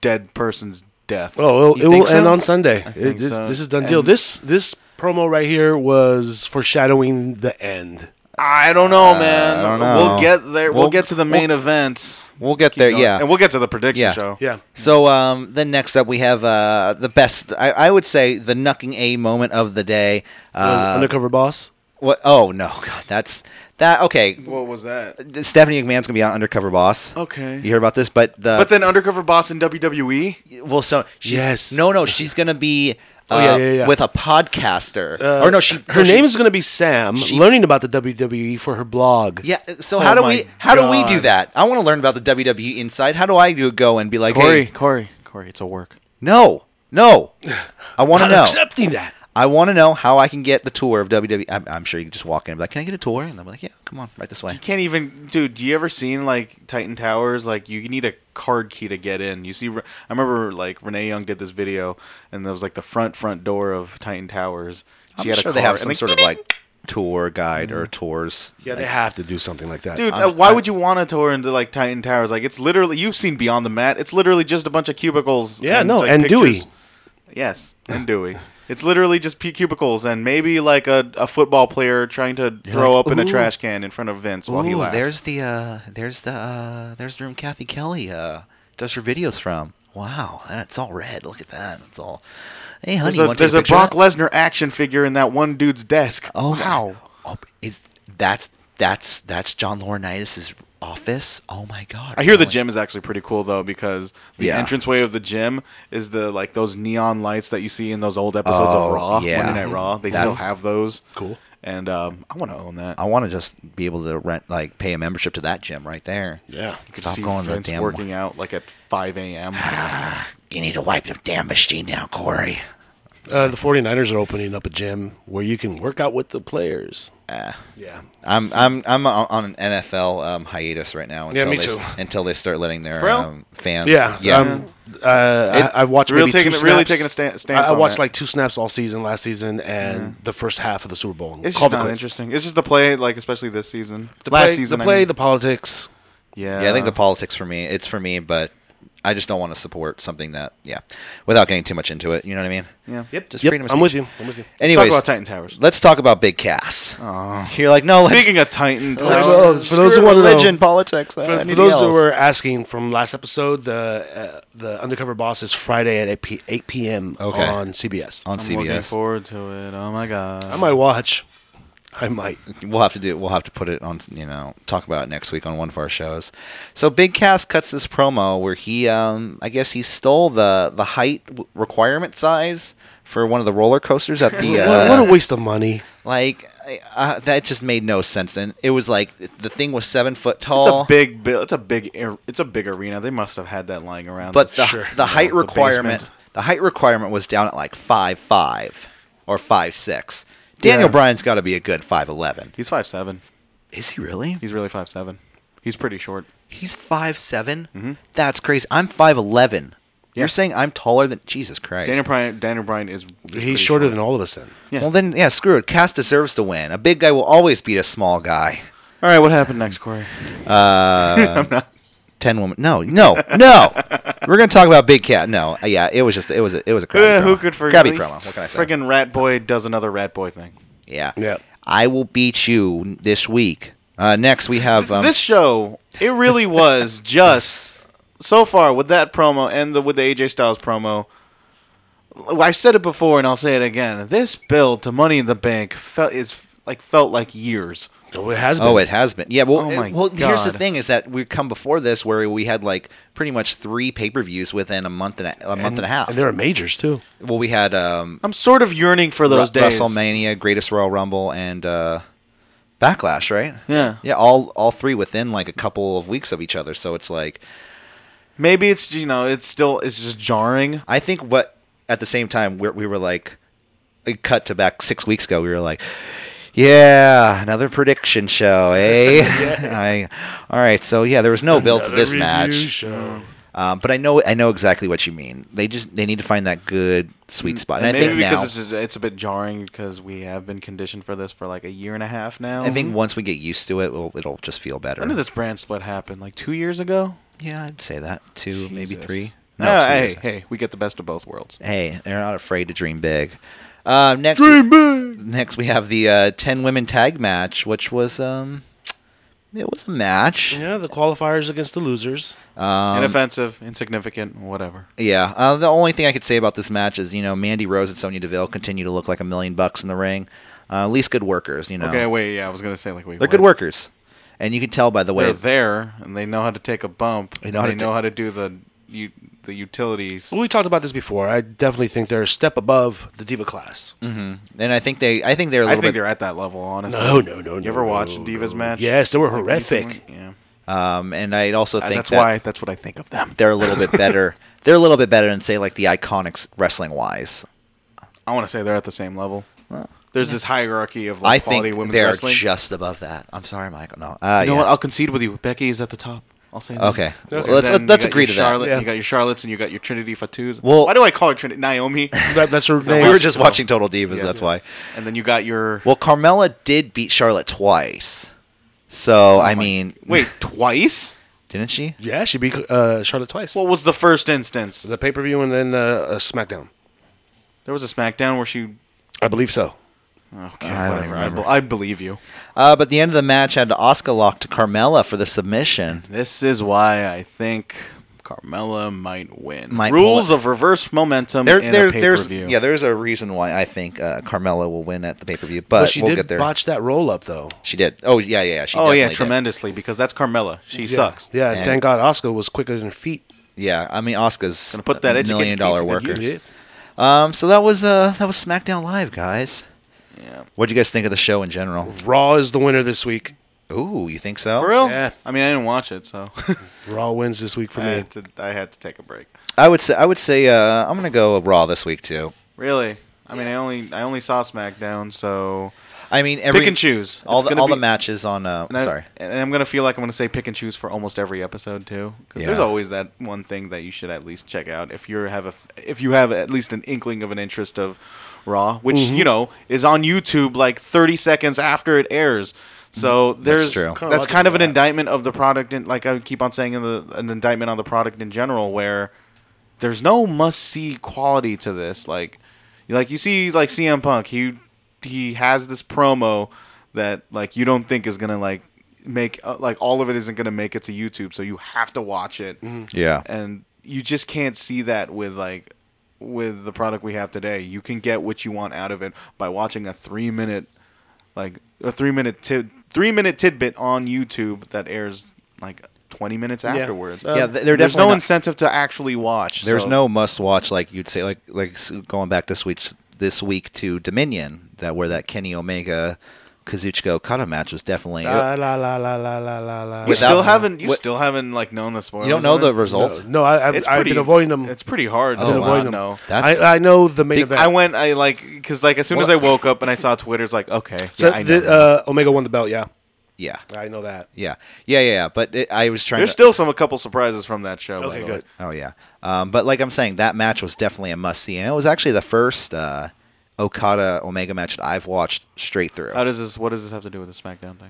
Speaker 3: dead person's death.
Speaker 4: Oh, it'll,
Speaker 2: You
Speaker 4: it will
Speaker 2: think
Speaker 4: end
Speaker 2: so?
Speaker 4: on Sunday.
Speaker 3: I think
Speaker 4: It- this,
Speaker 3: so.
Speaker 4: this is done deal.
Speaker 3: And-
Speaker 4: This this promo right here was foreshadowing the end.
Speaker 3: I don't know, man.
Speaker 2: Uh, I don't know.
Speaker 3: We'll get there. We'll,
Speaker 2: We'll-
Speaker 3: get to the main event.
Speaker 2: We'll get
Speaker 3: Keep
Speaker 2: there.
Speaker 3: going.
Speaker 2: Yeah.
Speaker 3: and we'll get to the prediction
Speaker 2: Yeah.
Speaker 3: show.
Speaker 4: Yeah.
Speaker 2: So um, then next up we have uh, the best. I, I would say the knucking a moment of the day.
Speaker 4: Was
Speaker 2: Uh,
Speaker 4: Undercover boss.
Speaker 2: what? Oh no, God, that's that. Okay,
Speaker 3: What was that?
Speaker 2: Stephanie McMahon's gonna be on Undercover Boss.
Speaker 3: Okay.
Speaker 2: you heard about this? But the
Speaker 3: But then undercover boss in E? WWE.
Speaker 2: well, so she's,
Speaker 4: Yes.
Speaker 2: no, no, she's gonna be. Uh,
Speaker 4: Oh, yeah, yeah, yeah.
Speaker 2: With a podcaster, or no, she
Speaker 4: Her
Speaker 2: no, she-
Speaker 4: name is going to be Sam.
Speaker 2: she-
Speaker 4: learning about the WWE for her blog.
Speaker 2: Yeah. uh, So
Speaker 3: Oh
Speaker 2: how do
Speaker 3: my
Speaker 2: we how do we
Speaker 3: God.
Speaker 2: do that? I want to learn about the WWE inside. How do I do- go and be like,
Speaker 3: Corey,
Speaker 2: hey,
Speaker 3: Corey, Corey. It's a work.
Speaker 2: no, no, I want to
Speaker 4: Not
Speaker 2: know.
Speaker 4: accepting that.
Speaker 2: I want to know how I can get the tour of WWE. I'm, I'm sure you can just walk in and be like, can I get a tour? And they'll be like, yeah, come on, right this way.
Speaker 3: Can't even, dude. You ever seen like Titan Towers? Like you need a card key to get in. You see, I remember like Renee Young did this video, and there was like the front front door of Titan Towers.
Speaker 2: I'm sure they
Speaker 3: card,
Speaker 2: have
Speaker 3: and,
Speaker 2: some
Speaker 3: like,
Speaker 2: sort of like Mm-hmm. tour guide or tours.
Speaker 4: Yeah, they have to do something like that.
Speaker 3: Dude, uh, why would you want to tour into like Titan Towers? Like it's literally you've seen Beyond the Mat. It's literally just a bunch of cubicles.
Speaker 4: Yeah, no,
Speaker 3: like,
Speaker 4: and Dewey.
Speaker 3: pictures. Yes, and Dewey. It's literally just p- cubicles and maybe like a, a football player trying to throw
Speaker 2: like,
Speaker 3: up in a
Speaker 2: "Ooh.
Speaker 3: trash can in front of Vince while he
Speaker 2: Ooh,
Speaker 3: laughs.
Speaker 2: there's the uh, there's the uh, there's the room Kathy Kelly uh, does her videos from. Wow, that's all red. Look at that. It's all. Hey, honey,
Speaker 3: There's
Speaker 2: you
Speaker 3: a,
Speaker 2: wanna take
Speaker 3: there's
Speaker 2: a,
Speaker 3: a
Speaker 2: picture of
Speaker 3: Brock
Speaker 2: that?
Speaker 3: Lesnar action figure in that one dude's desk.
Speaker 2: Oh
Speaker 3: wow.
Speaker 2: wow! Oh, is that's that's that's John Laurinaitis' office? Oh my god!
Speaker 3: I hear the
Speaker 2: really?
Speaker 3: gym is actually pretty cool though because the
Speaker 2: Yeah.
Speaker 3: entranceway of the gym is the like those neon lights that you see in those old episodes
Speaker 2: Oh,
Speaker 3: of Raw,
Speaker 2: yeah.
Speaker 3: Monday Night Raw. They
Speaker 2: That-
Speaker 3: still have those.
Speaker 4: Cool.
Speaker 3: And um, I want to own that.
Speaker 2: I want to just be able to rent, like, pay a membership to that gym right there.
Speaker 4: yeah.
Speaker 3: You could
Speaker 2: Stop
Speaker 3: see
Speaker 2: going to the
Speaker 3: Vince
Speaker 2: damn
Speaker 3: working out like at 5 a.m.
Speaker 2: You need to wipe the damn machine down, Corey.
Speaker 4: Uh, the 49ers are opening up a gym where you can work out with the players.
Speaker 3: Ah.
Speaker 4: yeah.
Speaker 2: I'm I'm I'm on on an NFL um, hiatus right now until
Speaker 4: me
Speaker 2: they, s-
Speaker 4: too.
Speaker 2: until they start letting their
Speaker 3: Real?
Speaker 2: um, fans.
Speaker 4: Yeah.
Speaker 2: yeah.
Speaker 4: Um, uh,
Speaker 3: It-
Speaker 4: I, I've watched
Speaker 3: really
Speaker 4: maybe
Speaker 3: taking
Speaker 4: two
Speaker 3: a- really
Speaker 4: snaps.
Speaker 3: taking a sta- stance
Speaker 4: I, I
Speaker 3: on
Speaker 4: watched
Speaker 3: that.
Speaker 4: like two snaps all season last season and the first half of the Super Bowl. and
Speaker 3: It's
Speaker 4: called
Speaker 3: just not
Speaker 4: it quits.
Speaker 3: interesting. It's just the play, like especially this season.
Speaker 4: The
Speaker 3: Last
Speaker 4: play,
Speaker 3: season,
Speaker 4: the
Speaker 3: I
Speaker 4: play,
Speaker 3: mean.
Speaker 4: the politics.
Speaker 3: yeah.
Speaker 2: yeah, I think the politics for me, it's for me, but I just don't want to support something that, yeah, without getting too much into it. You know what I mean?
Speaker 3: Yeah.
Speaker 2: Just
Speaker 4: Yep,
Speaker 2: freedom of
Speaker 4: I'm with
Speaker 2: speech.
Speaker 4: you. I'm with you.
Speaker 2: Anyways,
Speaker 3: Let's talk about Titan Towers.
Speaker 2: Let's talk about Big Cass. You're like, no, let's,
Speaker 3: Speaking of Titan
Speaker 2: let's-
Speaker 3: Towers,
Speaker 4: Well, for those who
Speaker 2: screw
Speaker 4: wanna know-
Speaker 2: religion, politics, uh,
Speaker 4: For, for
Speaker 2: anything
Speaker 4: those who
Speaker 2: else.
Speaker 4: were asking from last episode, the uh, the undercover boss is Friday at 8, p- 8 p.m.
Speaker 2: Okay.
Speaker 4: on CBS.
Speaker 2: on
Speaker 3: I'm looking
Speaker 2: CBS,
Speaker 3: forward to it. Oh my god.
Speaker 4: I might watch. I might.
Speaker 2: we'll have to do we'll have to put it on you know talk about it next week on one of our shows so big cass cuts this promo where he um i guess he stole the the height w- requirement size for one of the roller coasters at the
Speaker 4: What,
Speaker 2: uh,
Speaker 4: what a waste of money.
Speaker 2: like I, uh, that just made no sense and it was like the thing was seven foot
Speaker 3: It's
Speaker 2: tall
Speaker 3: a big, bu- it's a big, ar- it's a big arena. They must have had that lying around.
Speaker 2: but
Speaker 3: That's-
Speaker 2: the,
Speaker 4: Sure.
Speaker 2: the height
Speaker 3: the
Speaker 2: requirement
Speaker 3: basement.
Speaker 2: the height requirement was down at like five five or five six daniel
Speaker 4: Yeah.
Speaker 2: bryan's got to be a good 5'11
Speaker 3: he's five seven.
Speaker 2: is he really
Speaker 3: He's really five seven. He's pretty short.
Speaker 2: He's five That's crazy. I'm five eleven.
Speaker 3: Mm-hmm. Yeah.
Speaker 2: You're saying I'm taller than Jesus Christ.
Speaker 3: Daniel Bryan. Daniel Bryan is. is pretty
Speaker 4: He's shorter
Speaker 3: short.
Speaker 4: than all of us then.
Speaker 3: yeah.
Speaker 2: Well, then yeah, screw it. Cass deserves to win. A big guy will always beat a small guy.
Speaker 3: All right, what happened next, Corey?
Speaker 2: Ten woman. No, no, no. We're gonna talk about Big Cat. No, uh, yeah, it was just it was a, it was a crabby
Speaker 3: Eh, Who
Speaker 2: promo.
Speaker 3: could forget?
Speaker 2: crabby promo. What can I say?
Speaker 3: Freaking Rat Boy does another Rat Boy thing.
Speaker 2: yeah,
Speaker 4: Yeah.
Speaker 2: I will beat you this week. Uh, next, we have um,
Speaker 3: this show, it really was just so far with that promo and the with the AJ Styles promo. I said it before and I'll say it again. This build to Money in the Bank felt is like felt like years.
Speaker 4: Oh, it has been.
Speaker 2: Oh, it has been. Yeah. Well,
Speaker 3: Oh
Speaker 2: it-
Speaker 3: my
Speaker 2: well here's the
Speaker 3: God.
Speaker 2: thing: is that we come before this where we had like pretty much three pay per views within a month and a, a month and a half.
Speaker 4: And there are majors too.
Speaker 2: well, we had um,
Speaker 3: I'm sort of yearning for those
Speaker 2: Ru-
Speaker 3: days.
Speaker 2: WrestleMania, Greatest Royal Rumble, and uh, Backlash, right?
Speaker 3: Yeah.
Speaker 2: Yeah. All all three within like a couple of weeks of each other. So it's like
Speaker 3: Maybe it's you know it's still it's just jarring.
Speaker 2: I think what at the same time we we were like, it cut to back six weeks ago. We were like, yeah, another prediction show, eh? I, all right, so yeah, there was no build to this match, Um, but I know I know exactly what you mean. They just they need to find that good sweet spot, and, I
Speaker 3: Mm, maybe
Speaker 2: think
Speaker 3: because
Speaker 2: now.
Speaker 3: it's, just- it's a bit jarring because we have been conditioned for this for like a year and a half now.
Speaker 2: I think once we get used to it, it'll, it'll just feel better.
Speaker 3: when did this brand split happen? Like two years ago?
Speaker 2: Yeah, I'd say that two, maybe
Speaker 3: Jesus.
Speaker 2: three.
Speaker 3: No,
Speaker 2: two
Speaker 3: hey,
Speaker 2: years.
Speaker 3: hey, we get the best of both worlds.
Speaker 2: Hey, they're not afraid to dream big. Uh, next, dream big. Next, we have the uh, ten women tag match, which was um, it was a match.
Speaker 4: Yeah, the qualifiers against the losers.
Speaker 2: Um,
Speaker 3: Inoffensive, insignificant, whatever.
Speaker 2: Yeah. Uh, the only thing I could say about this match is you know Mandy Rose and Sonya Deville continue to look like a million bucks in the ring. Uh, at least good workers, you know.
Speaker 3: Okay, wait, yeah, I was gonna say like wait,
Speaker 2: they're
Speaker 3: what?
Speaker 2: good workers, and you can tell by the way.
Speaker 3: They're there and they know how to take a bump.
Speaker 2: They
Speaker 3: They
Speaker 2: know
Speaker 3: know,
Speaker 2: how
Speaker 3: how,
Speaker 2: to
Speaker 3: they know how to do the u- the utilities.
Speaker 4: Well, we talked about this before. I definitely think they're a step above the diva class.
Speaker 2: Mm-hmm. and I think they, I think they're a
Speaker 3: I
Speaker 2: little
Speaker 3: think
Speaker 2: bit.
Speaker 3: they're at that level, honestly.
Speaker 4: No, no, no.
Speaker 3: You ever watch Divas match?
Speaker 4: Yes, they were
Speaker 3: Like, you can-
Speaker 4: horrific.
Speaker 3: Yeah,
Speaker 2: Um, and I also
Speaker 3: Uh,
Speaker 2: think
Speaker 3: that's
Speaker 2: that-
Speaker 3: why that's what I think of them.
Speaker 2: they're a little bit better. They're a little bit better than say like the Iconics wrestling wise.
Speaker 3: I want to say they're at the same level. There's this hierarchy of
Speaker 2: I
Speaker 3: like, quality
Speaker 2: think
Speaker 3: women's
Speaker 2: they're
Speaker 3: wrestling.
Speaker 2: just above that. I'm sorry, Michael. No. Uh,
Speaker 3: you know
Speaker 2: yeah.
Speaker 3: what? I'll concede with you. Becky is at the top. I'll say that.
Speaker 2: Okay. Well,
Speaker 3: And
Speaker 2: let's-
Speaker 3: then
Speaker 2: let's
Speaker 3: you got
Speaker 2: agree
Speaker 3: your
Speaker 2: to that.
Speaker 3: Charlotte,
Speaker 4: Yeah.
Speaker 3: You got your Charlottes and you got your Trinity Fatus.
Speaker 2: Well-
Speaker 3: why do I call her Trinity? Naomi.
Speaker 4: That, that's her
Speaker 2: we
Speaker 4: name.
Speaker 2: were just watching Total Divas.
Speaker 3: Yes.
Speaker 2: that's why.
Speaker 3: and then you got your
Speaker 2: Well, Carmella did beat Charlotte twice. So I mean,
Speaker 3: Oh wait twice.
Speaker 2: didn't she?
Speaker 4: Yeah, she beat uh, Charlotte twice.
Speaker 3: What was the first instance?
Speaker 4: the pay per view and then uh, uh, SmackDown.
Speaker 3: There was a SmackDown where she.
Speaker 4: I believe so.
Speaker 3: Okay,
Speaker 2: I don't
Speaker 3: whatever. I,
Speaker 2: remember.
Speaker 3: be- I believe you.
Speaker 2: Uh, but the end of the match had Oscar lock to Carmella for the submission.
Speaker 3: This is why I think Carmella might win.
Speaker 2: Might
Speaker 3: Rules
Speaker 2: pull it.
Speaker 3: of reverse momentum
Speaker 2: There,
Speaker 3: in
Speaker 2: there,
Speaker 3: a
Speaker 2: there's
Speaker 3: pay-per-view.
Speaker 2: yeah, there's a reason why I think uh, Carmella will win at the pay per view, but
Speaker 4: But she
Speaker 2: we'll
Speaker 4: did
Speaker 2: get there.
Speaker 4: botch that roll up though.
Speaker 2: she did. Oh yeah, yeah, yeah. She
Speaker 3: oh yeah,
Speaker 2: definitely did.
Speaker 3: tremendously because that's Carmella. She
Speaker 4: Yeah.
Speaker 3: sucks.
Speaker 4: Yeah,
Speaker 2: And-
Speaker 4: thank God Oscar was quicker than feet.
Speaker 2: Yeah, I mean Oscar's
Speaker 3: Gonna put that
Speaker 2: a
Speaker 3: educated
Speaker 2: million dollar
Speaker 3: feet to
Speaker 2: worker.
Speaker 3: good use.
Speaker 2: Um, so that was uh that was SmackDown Live, guys.
Speaker 3: Yeah.
Speaker 2: What'd you guys think of the show in general?
Speaker 4: Raw is the winner this week.
Speaker 2: Ooh, you think so?
Speaker 3: For real?
Speaker 4: Yeah.
Speaker 3: I mean, I didn't watch it, so
Speaker 4: Raw wins this week for
Speaker 3: I,
Speaker 4: me.
Speaker 3: had to, I had to take a break.
Speaker 2: I would say I would say uh, I'm gonna go Raw this week too.
Speaker 3: Really? I mean, I only I only saw SmackDown, so
Speaker 2: I mean, every,
Speaker 3: pick and choose.
Speaker 2: all
Speaker 3: It's
Speaker 2: the
Speaker 3: gonna
Speaker 2: all the
Speaker 3: be-
Speaker 2: matches on. Uh,
Speaker 3: And I,
Speaker 2: sorry,
Speaker 3: And I'm gonna feel like I'm gonna say pick and choose for almost every episode too, because
Speaker 2: Yeah.
Speaker 3: there's always that one thing that you should at least check out if you have a if you have at least an inkling of an interest of Raw, which
Speaker 2: Mm-hmm.
Speaker 3: you know is on YouTube like 30 seconds after it airs. So
Speaker 2: Mm-hmm.
Speaker 3: there's
Speaker 2: true.
Speaker 3: that's,
Speaker 4: Kinda logic
Speaker 3: kind of
Speaker 4: to
Speaker 3: an
Speaker 4: that.
Speaker 3: indictment of the product, and like I keep on saying, in the, an indictment on the product in general, where there's no must see quality to this. Like, like you see, like CM Punk, he he has this promo that like you don't think is gonna like make uh, like all of it isn't gonna make it to YouTube, so you have to watch it.
Speaker 2: yeah,
Speaker 3: And you just can't see that with like with the product we have today. You can get what you want out of it by watching a three minute like a three minute tid three minute tidbit on YouTube that airs like. 20 minutes afterwards.
Speaker 4: Yeah, Uh,
Speaker 2: th- they're
Speaker 3: There's
Speaker 2: definitely
Speaker 3: no
Speaker 2: not-
Speaker 3: incentive to actually watch.
Speaker 2: There's
Speaker 3: so-
Speaker 2: no must watch like you'd say like like s- going back this week this week to Dominion that where that Kenny Omega Kazuchika Kata match was definitely.
Speaker 4: La la la la la la la la.
Speaker 3: You
Speaker 2: Without-
Speaker 3: still haven't. You
Speaker 2: What-
Speaker 3: still haven't like known the spoilers.
Speaker 2: you don't know
Speaker 3: of it?
Speaker 2: the result.
Speaker 4: No, no, I, I,
Speaker 3: It's
Speaker 4: I've
Speaker 3: pretty
Speaker 4: been avoiding them.
Speaker 3: It's pretty hard
Speaker 2: Oh,
Speaker 3: to
Speaker 2: wow.
Speaker 3: not
Speaker 4: avoiding
Speaker 3: know.
Speaker 4: them.
Speaker 2: That's-
Speaker 4: I, I know the main event.
Speaker 3: I went. I like because like as soon as I
Speaker 4: Well-
Speaker 3: woke up and I saw Twitter, it's like okay,
Speaker 4: So
Speaker 3: yeah, I know.
Speaker 4: the, uh, Omega won the belt. Yeah,
Speaker 2: Yeah,
Speaker 4: I know that.
Speaker 2: yeah, yeah, yeah. yeah. But it, I was trying.
Speaker 3: There's
Speaker 2: to,
Speaker 3: still some a couple surprises from that show. by
Speaker 4: Okay,
Speaker 3: the
Speaker 4: good.
Speaker 3: way.
Speaker 2: Oh yeah, um, but like I'm saying, that match was definitely a must see, and it was actually the first uh, Okada Omega match that I've watched straight through.
Speaker 3: How does this? What does this have to do with the SmackDown thing?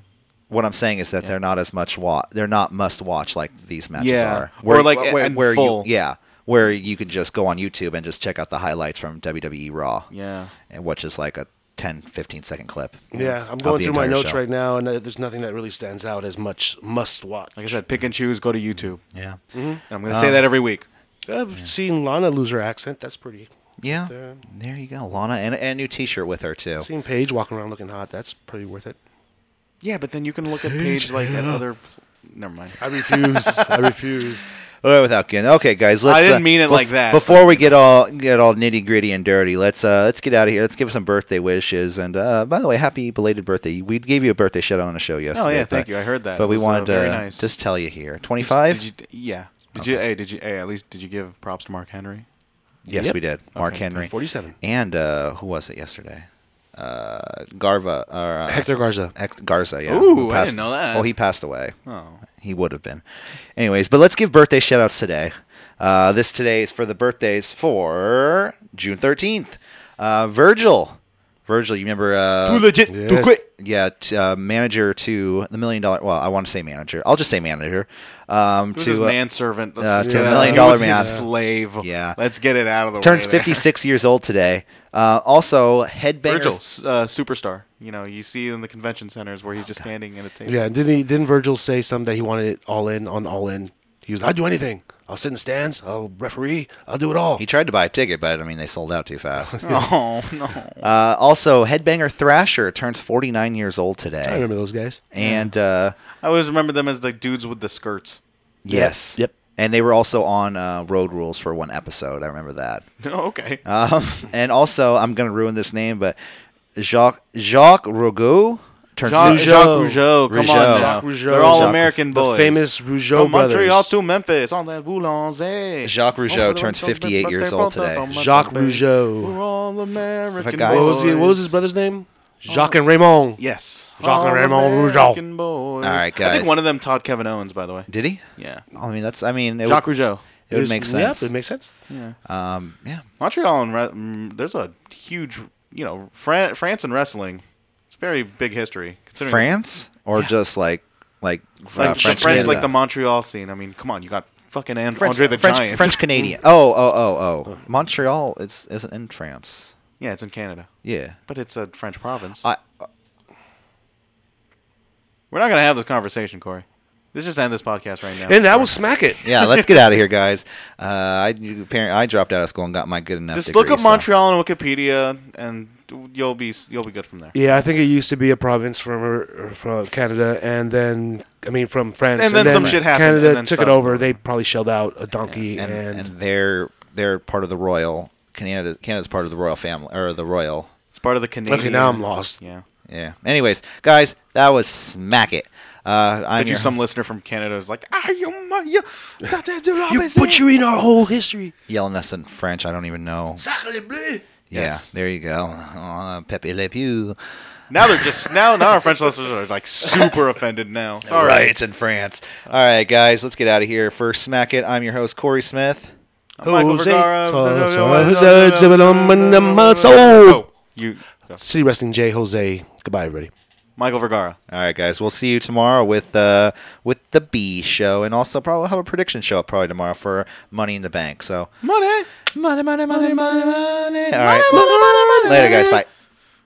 Speaker 2: what I'm saying is that they're not as much wa- they're not must watch like these matches
Speaker 3: Yeah.
Speaker 2: are.
Speaker 3: Or like a- and
Speaker 2: where
Speaker 3: full.
Speaker 2: you yeah, where you can just go on YouTube and just check out the highlights from WWE E Raw.
Speaker 3: Yeah.
Speaker 2: And which is like a 10, 15 second clip.
Speaker 4: Yeah, I'm
Speaker 2: of
Speaker 4: going
Speaker 2: the
Speaker 4: through my
Speaker 2: entire
Speaker 4: notes
Speaker 2: show.
Speaker 4: right now, and uh, there's nothing that really stands out as much must watch.
Speaker 3: Like I said, pick and choose. Go to YouTube.
Speaker 2: Yeah.
Speaker 3: And I'm gonna say that every week.
Speaker 4: I've seen Lana lose her accent. That's pretty.
Speaker 2: Yeah.
Speaker 4: There.
Speaker 2: There you go. Lana and, and a new t shirt with her, too.
Speaker 4: Seen Paige walking around looking hot. That's pretty worth it.
Speaker 3: Yeah, but then you can look at page like at other. Never mind.
Speaker 4: I refuse. I refuse.
Speaker 2: Well, Oh, without getting okay, guys. Let's, uh,
Speaker 3: didn't mean it like that,
Speaker 2: Before we get all get all nitty gritty and dirty, let's uh, let's get out of here. Let's give some birthday wishes. And uh, by the way, happy belated birthday. We gave you a birthday shout out on the show yesterday.
Speaker 3: Oh, yeah,
Speaker 2: but-
Speaker 3: thank you. I heard that.
Speaker 2: But we
Speaker 3: It was, uh,
Speaker 2: wanted to
Speaker 3: very nice.
Speaker 2: just tell you here. Twenty
Speaker 3: Did
Speaker 2: five.
Speaker 3: you, yeah. Did you? Hey, did you? Hey, at least did you give props to Mark Henry?
Speaker 2: Yes,
Speaker 4: Yep.
Speaker 2: we did. Mark
Speaker 3: Okay,
Speaker 2: Henry,
Speaker 4: 47.
Speaker 2: and uh, who was it yesterday? Uh, Garva or uh,
Speaker 4: Hector Garza.
Speaker 2: Hect- Garza. Yeah.
Speaker 3: Ooh,
Speaker 2: who
Speaker 3: I didn't
Speaker 2: passed-
Speaker 3: know that.
Speaker 2: Well, he passed away.
Speaker 3: Oh.
Speaker 2: he would have been. Anyways, but let's give birthday shout outs today. Uh, this today is for the birthdays for June 13th. Uh, Virgil. Virgil, you remember? Uh,
Speaker 3: legit.
Speaker 4: too Yes. quick.
Speaker 2: Yeah, t- uh, manager to the million dollar. Well, I want to say manager. I'll just say manager. Um,
Speaker 3: Who's
Speaker 2: to
Speaker 3: his
Speaker 2: uh,
Speaker 3: manservant? Let's
Speaker 2: uh,
Speaker 3: just
Speaker 2: to
Speaker 3: get
Speaker 2: a
Speaker 3: it out
Speaker 2: million
Speaker 3: there. He was
Speaker 2: dollar
Speaker 3: his
Speaker 2: man.
Speaker 3: Slave.
Speaker 2: Yeah.
Speaker 3: Let's get it out of the
Speaker 2: turns
Speaker 3: way. there.
Speaker 2: 56 years old today. Uh, also, headbanger.
Speaker 3: Virgil, s- uh, superstar. You know, you see in the convention centers
Speaker 2: Oh,
Speaker 3: where he's just standing at a table.
Speaker 4: Yeah, didn't he? Didn't Virgil say something that he wanted it all in on all in? He was. I'll do anything. I'll sit in stands. I'll referee. I'll do it all.
Speaker 2: He tried to buy a ticket, but I mean they sold out too fast.
Speaker 3: Oh no.
Speaker 2: uh, also, headbanger Thrasher turns 49 years old today.
Speaker 4: I remember those guys.
Speaker 2: And uh,
Speaker 3: I always remember them as the dudes with the skirts.
Speaker 2: Yes.
Speaker 4: Yep.
Speaker 2: And they were also on uh, Road Rules for one episode. I remember that.
Speaker 3: Oh, okay.
Speaker 2: Um, and also, I'm going to ruin this name, but Jacques Jacques Rougeau turns
Speaker 3: Jacques,
Speaker 2: fif-
Speaker 3: Jacques
Speaker 2: Rougeau.
Speaker 3: Rougeau. Come on,
Speaker 2: Jacques
Speaker 3: Jacques
Speaker 4: Rougeau.
Speaker 3: They're all
Speaker 4: Jacques-
Speaker 3: American
Speaker 4: the
Speaker 3: boys.
Speaker 4: famous Rougeau
Speaker 3: From
Speaker 4: brothers.
Speaker 3: Montreal to Memphis on that Boulanger.
Speaker 2: Jacques Rougeau turns 58 years old today.
Speaker 4: Jacques Rougeau.
Speaker 3: We're all American
Speaker 2: guy-
Speaker 3: boys.
Speaker 4: What was, he, what was his brother's name? Jacques and Raymond.
Speaker 3: Yes.
Speaker 4: Jacques Raymond Rougeau.
Speaker 3: American boys.
Speaker 2: All right,
Speaker 3: I
Speaker 2: guys.
Speaker 3: think one of them taught Kevin Owens, by the way.
Speaker 2: Did he?
Speaker 3: Yeah.
Speaker 2: I mean, that's. I mean, it
Speaker 3: Jacques
Speaker 2: would,
Speaker 3: Rougeau.
Speaker 2: it would make sense.
Speaker 4: Yep, it makes sense.
Speaker 2: um, yeah.
Speaker 3: Montreal and re- mm, there's a huge, you know, Fran- France and wrestling. It's very big history. Considering
Speaker 2: France or just like like,
Speaker 3: like
Speaker 2: uh,
Speaker 3: the
Speaker 2: French,
Speaker 3: French, like
Speaker 2: Canada?
Speaker 3: the Montreal scene. I mean, come on, you got fucking and-
Speaker 2: French,
Speaker 3: Andre the
Speaker 2: French,
Speaker 3: Giant.
Speaker 2: French Canadian. Oh, oh, oh, oh. Montreal is isn't in France.
Speaker 3: Yeah, it's in Canada,
Speaker 2: Yeah.
Speaker 3: but it's a French province.
Speaker 2: I
Speaker 3: We're not gonna have this conversation, Corey. Let's just end this podcast right now.
Speaker 4: And that was smack it.
Speaker 2: yeah, let's get out of here, guys. Uh, I apparently I dropped out of school and got my good enough.
Speaker 3: just
Speaker 2: degree,
Speaker 3: look up
Speaker 2: so-
Speaker 3: Montreal on Wikipedia, and you'll be you'll be good from there.
Speaker 4: Yeah, I think it used to be a province from uh, from Canada, and then I mean from France,
Speaker 3: And then some shit happened,
Speaker 4: Canada
Speaker 3: and then
Speaker 4: took
Speaker 3: stuff.
Speaker 4: it over. They probably shelled out a donkey,
Speaker 2: and,
Speaker 4: and,
Speaker 2: and they're they're part of the royal Canada. Canada's part of the royal family or the royal.
Speaker 3: It's part of the Canadian.
Speaker 4: okay, now I'm lost.
Speaker 3: Yeah,
Speaker 2: Yeah. Anyways, guys, that was smack it. Uh, I'm
Speaker 3: but you
Speaker 2: your,
Speaker 3: some listener from Canada is like, ah, you, mu- you,
Speaker 4: You butchering our whole history.
Speaker 2: yelling us in French. I don't even know.
Speaker 3: Yes.
Speaker 2: Yeah, there you go. Uh, Pepe Le Pew.
Speaker 3: Now they're just now now our French listeners are like super offended now.
Speaker 2: All
Speaker 3: Sorry.
Speaker 2: right, it's in France. All right, guys, let's get out of here. For Smack It, I'm your host Corey Smith.
Speaker 3: Michael
Speaker 4: Jose-
Speaker 3: Vergara.
Speaker 4: So- so- so- so-
Speaker 3: Oh, you go.
Speaker 4: City Wrestling J Jose. Goodbye, everybody.
Speaker 3: Michael Vergara.
Speaker 2: All right, guys. We'll see you tomorrow with uh, with the B show, and also probably have a prediction show up probably tomorrow for Money in the Bank. So
Speaker 3: Money.
Speaker 2: money, money, money, money, money. All right, later, guys. Bye.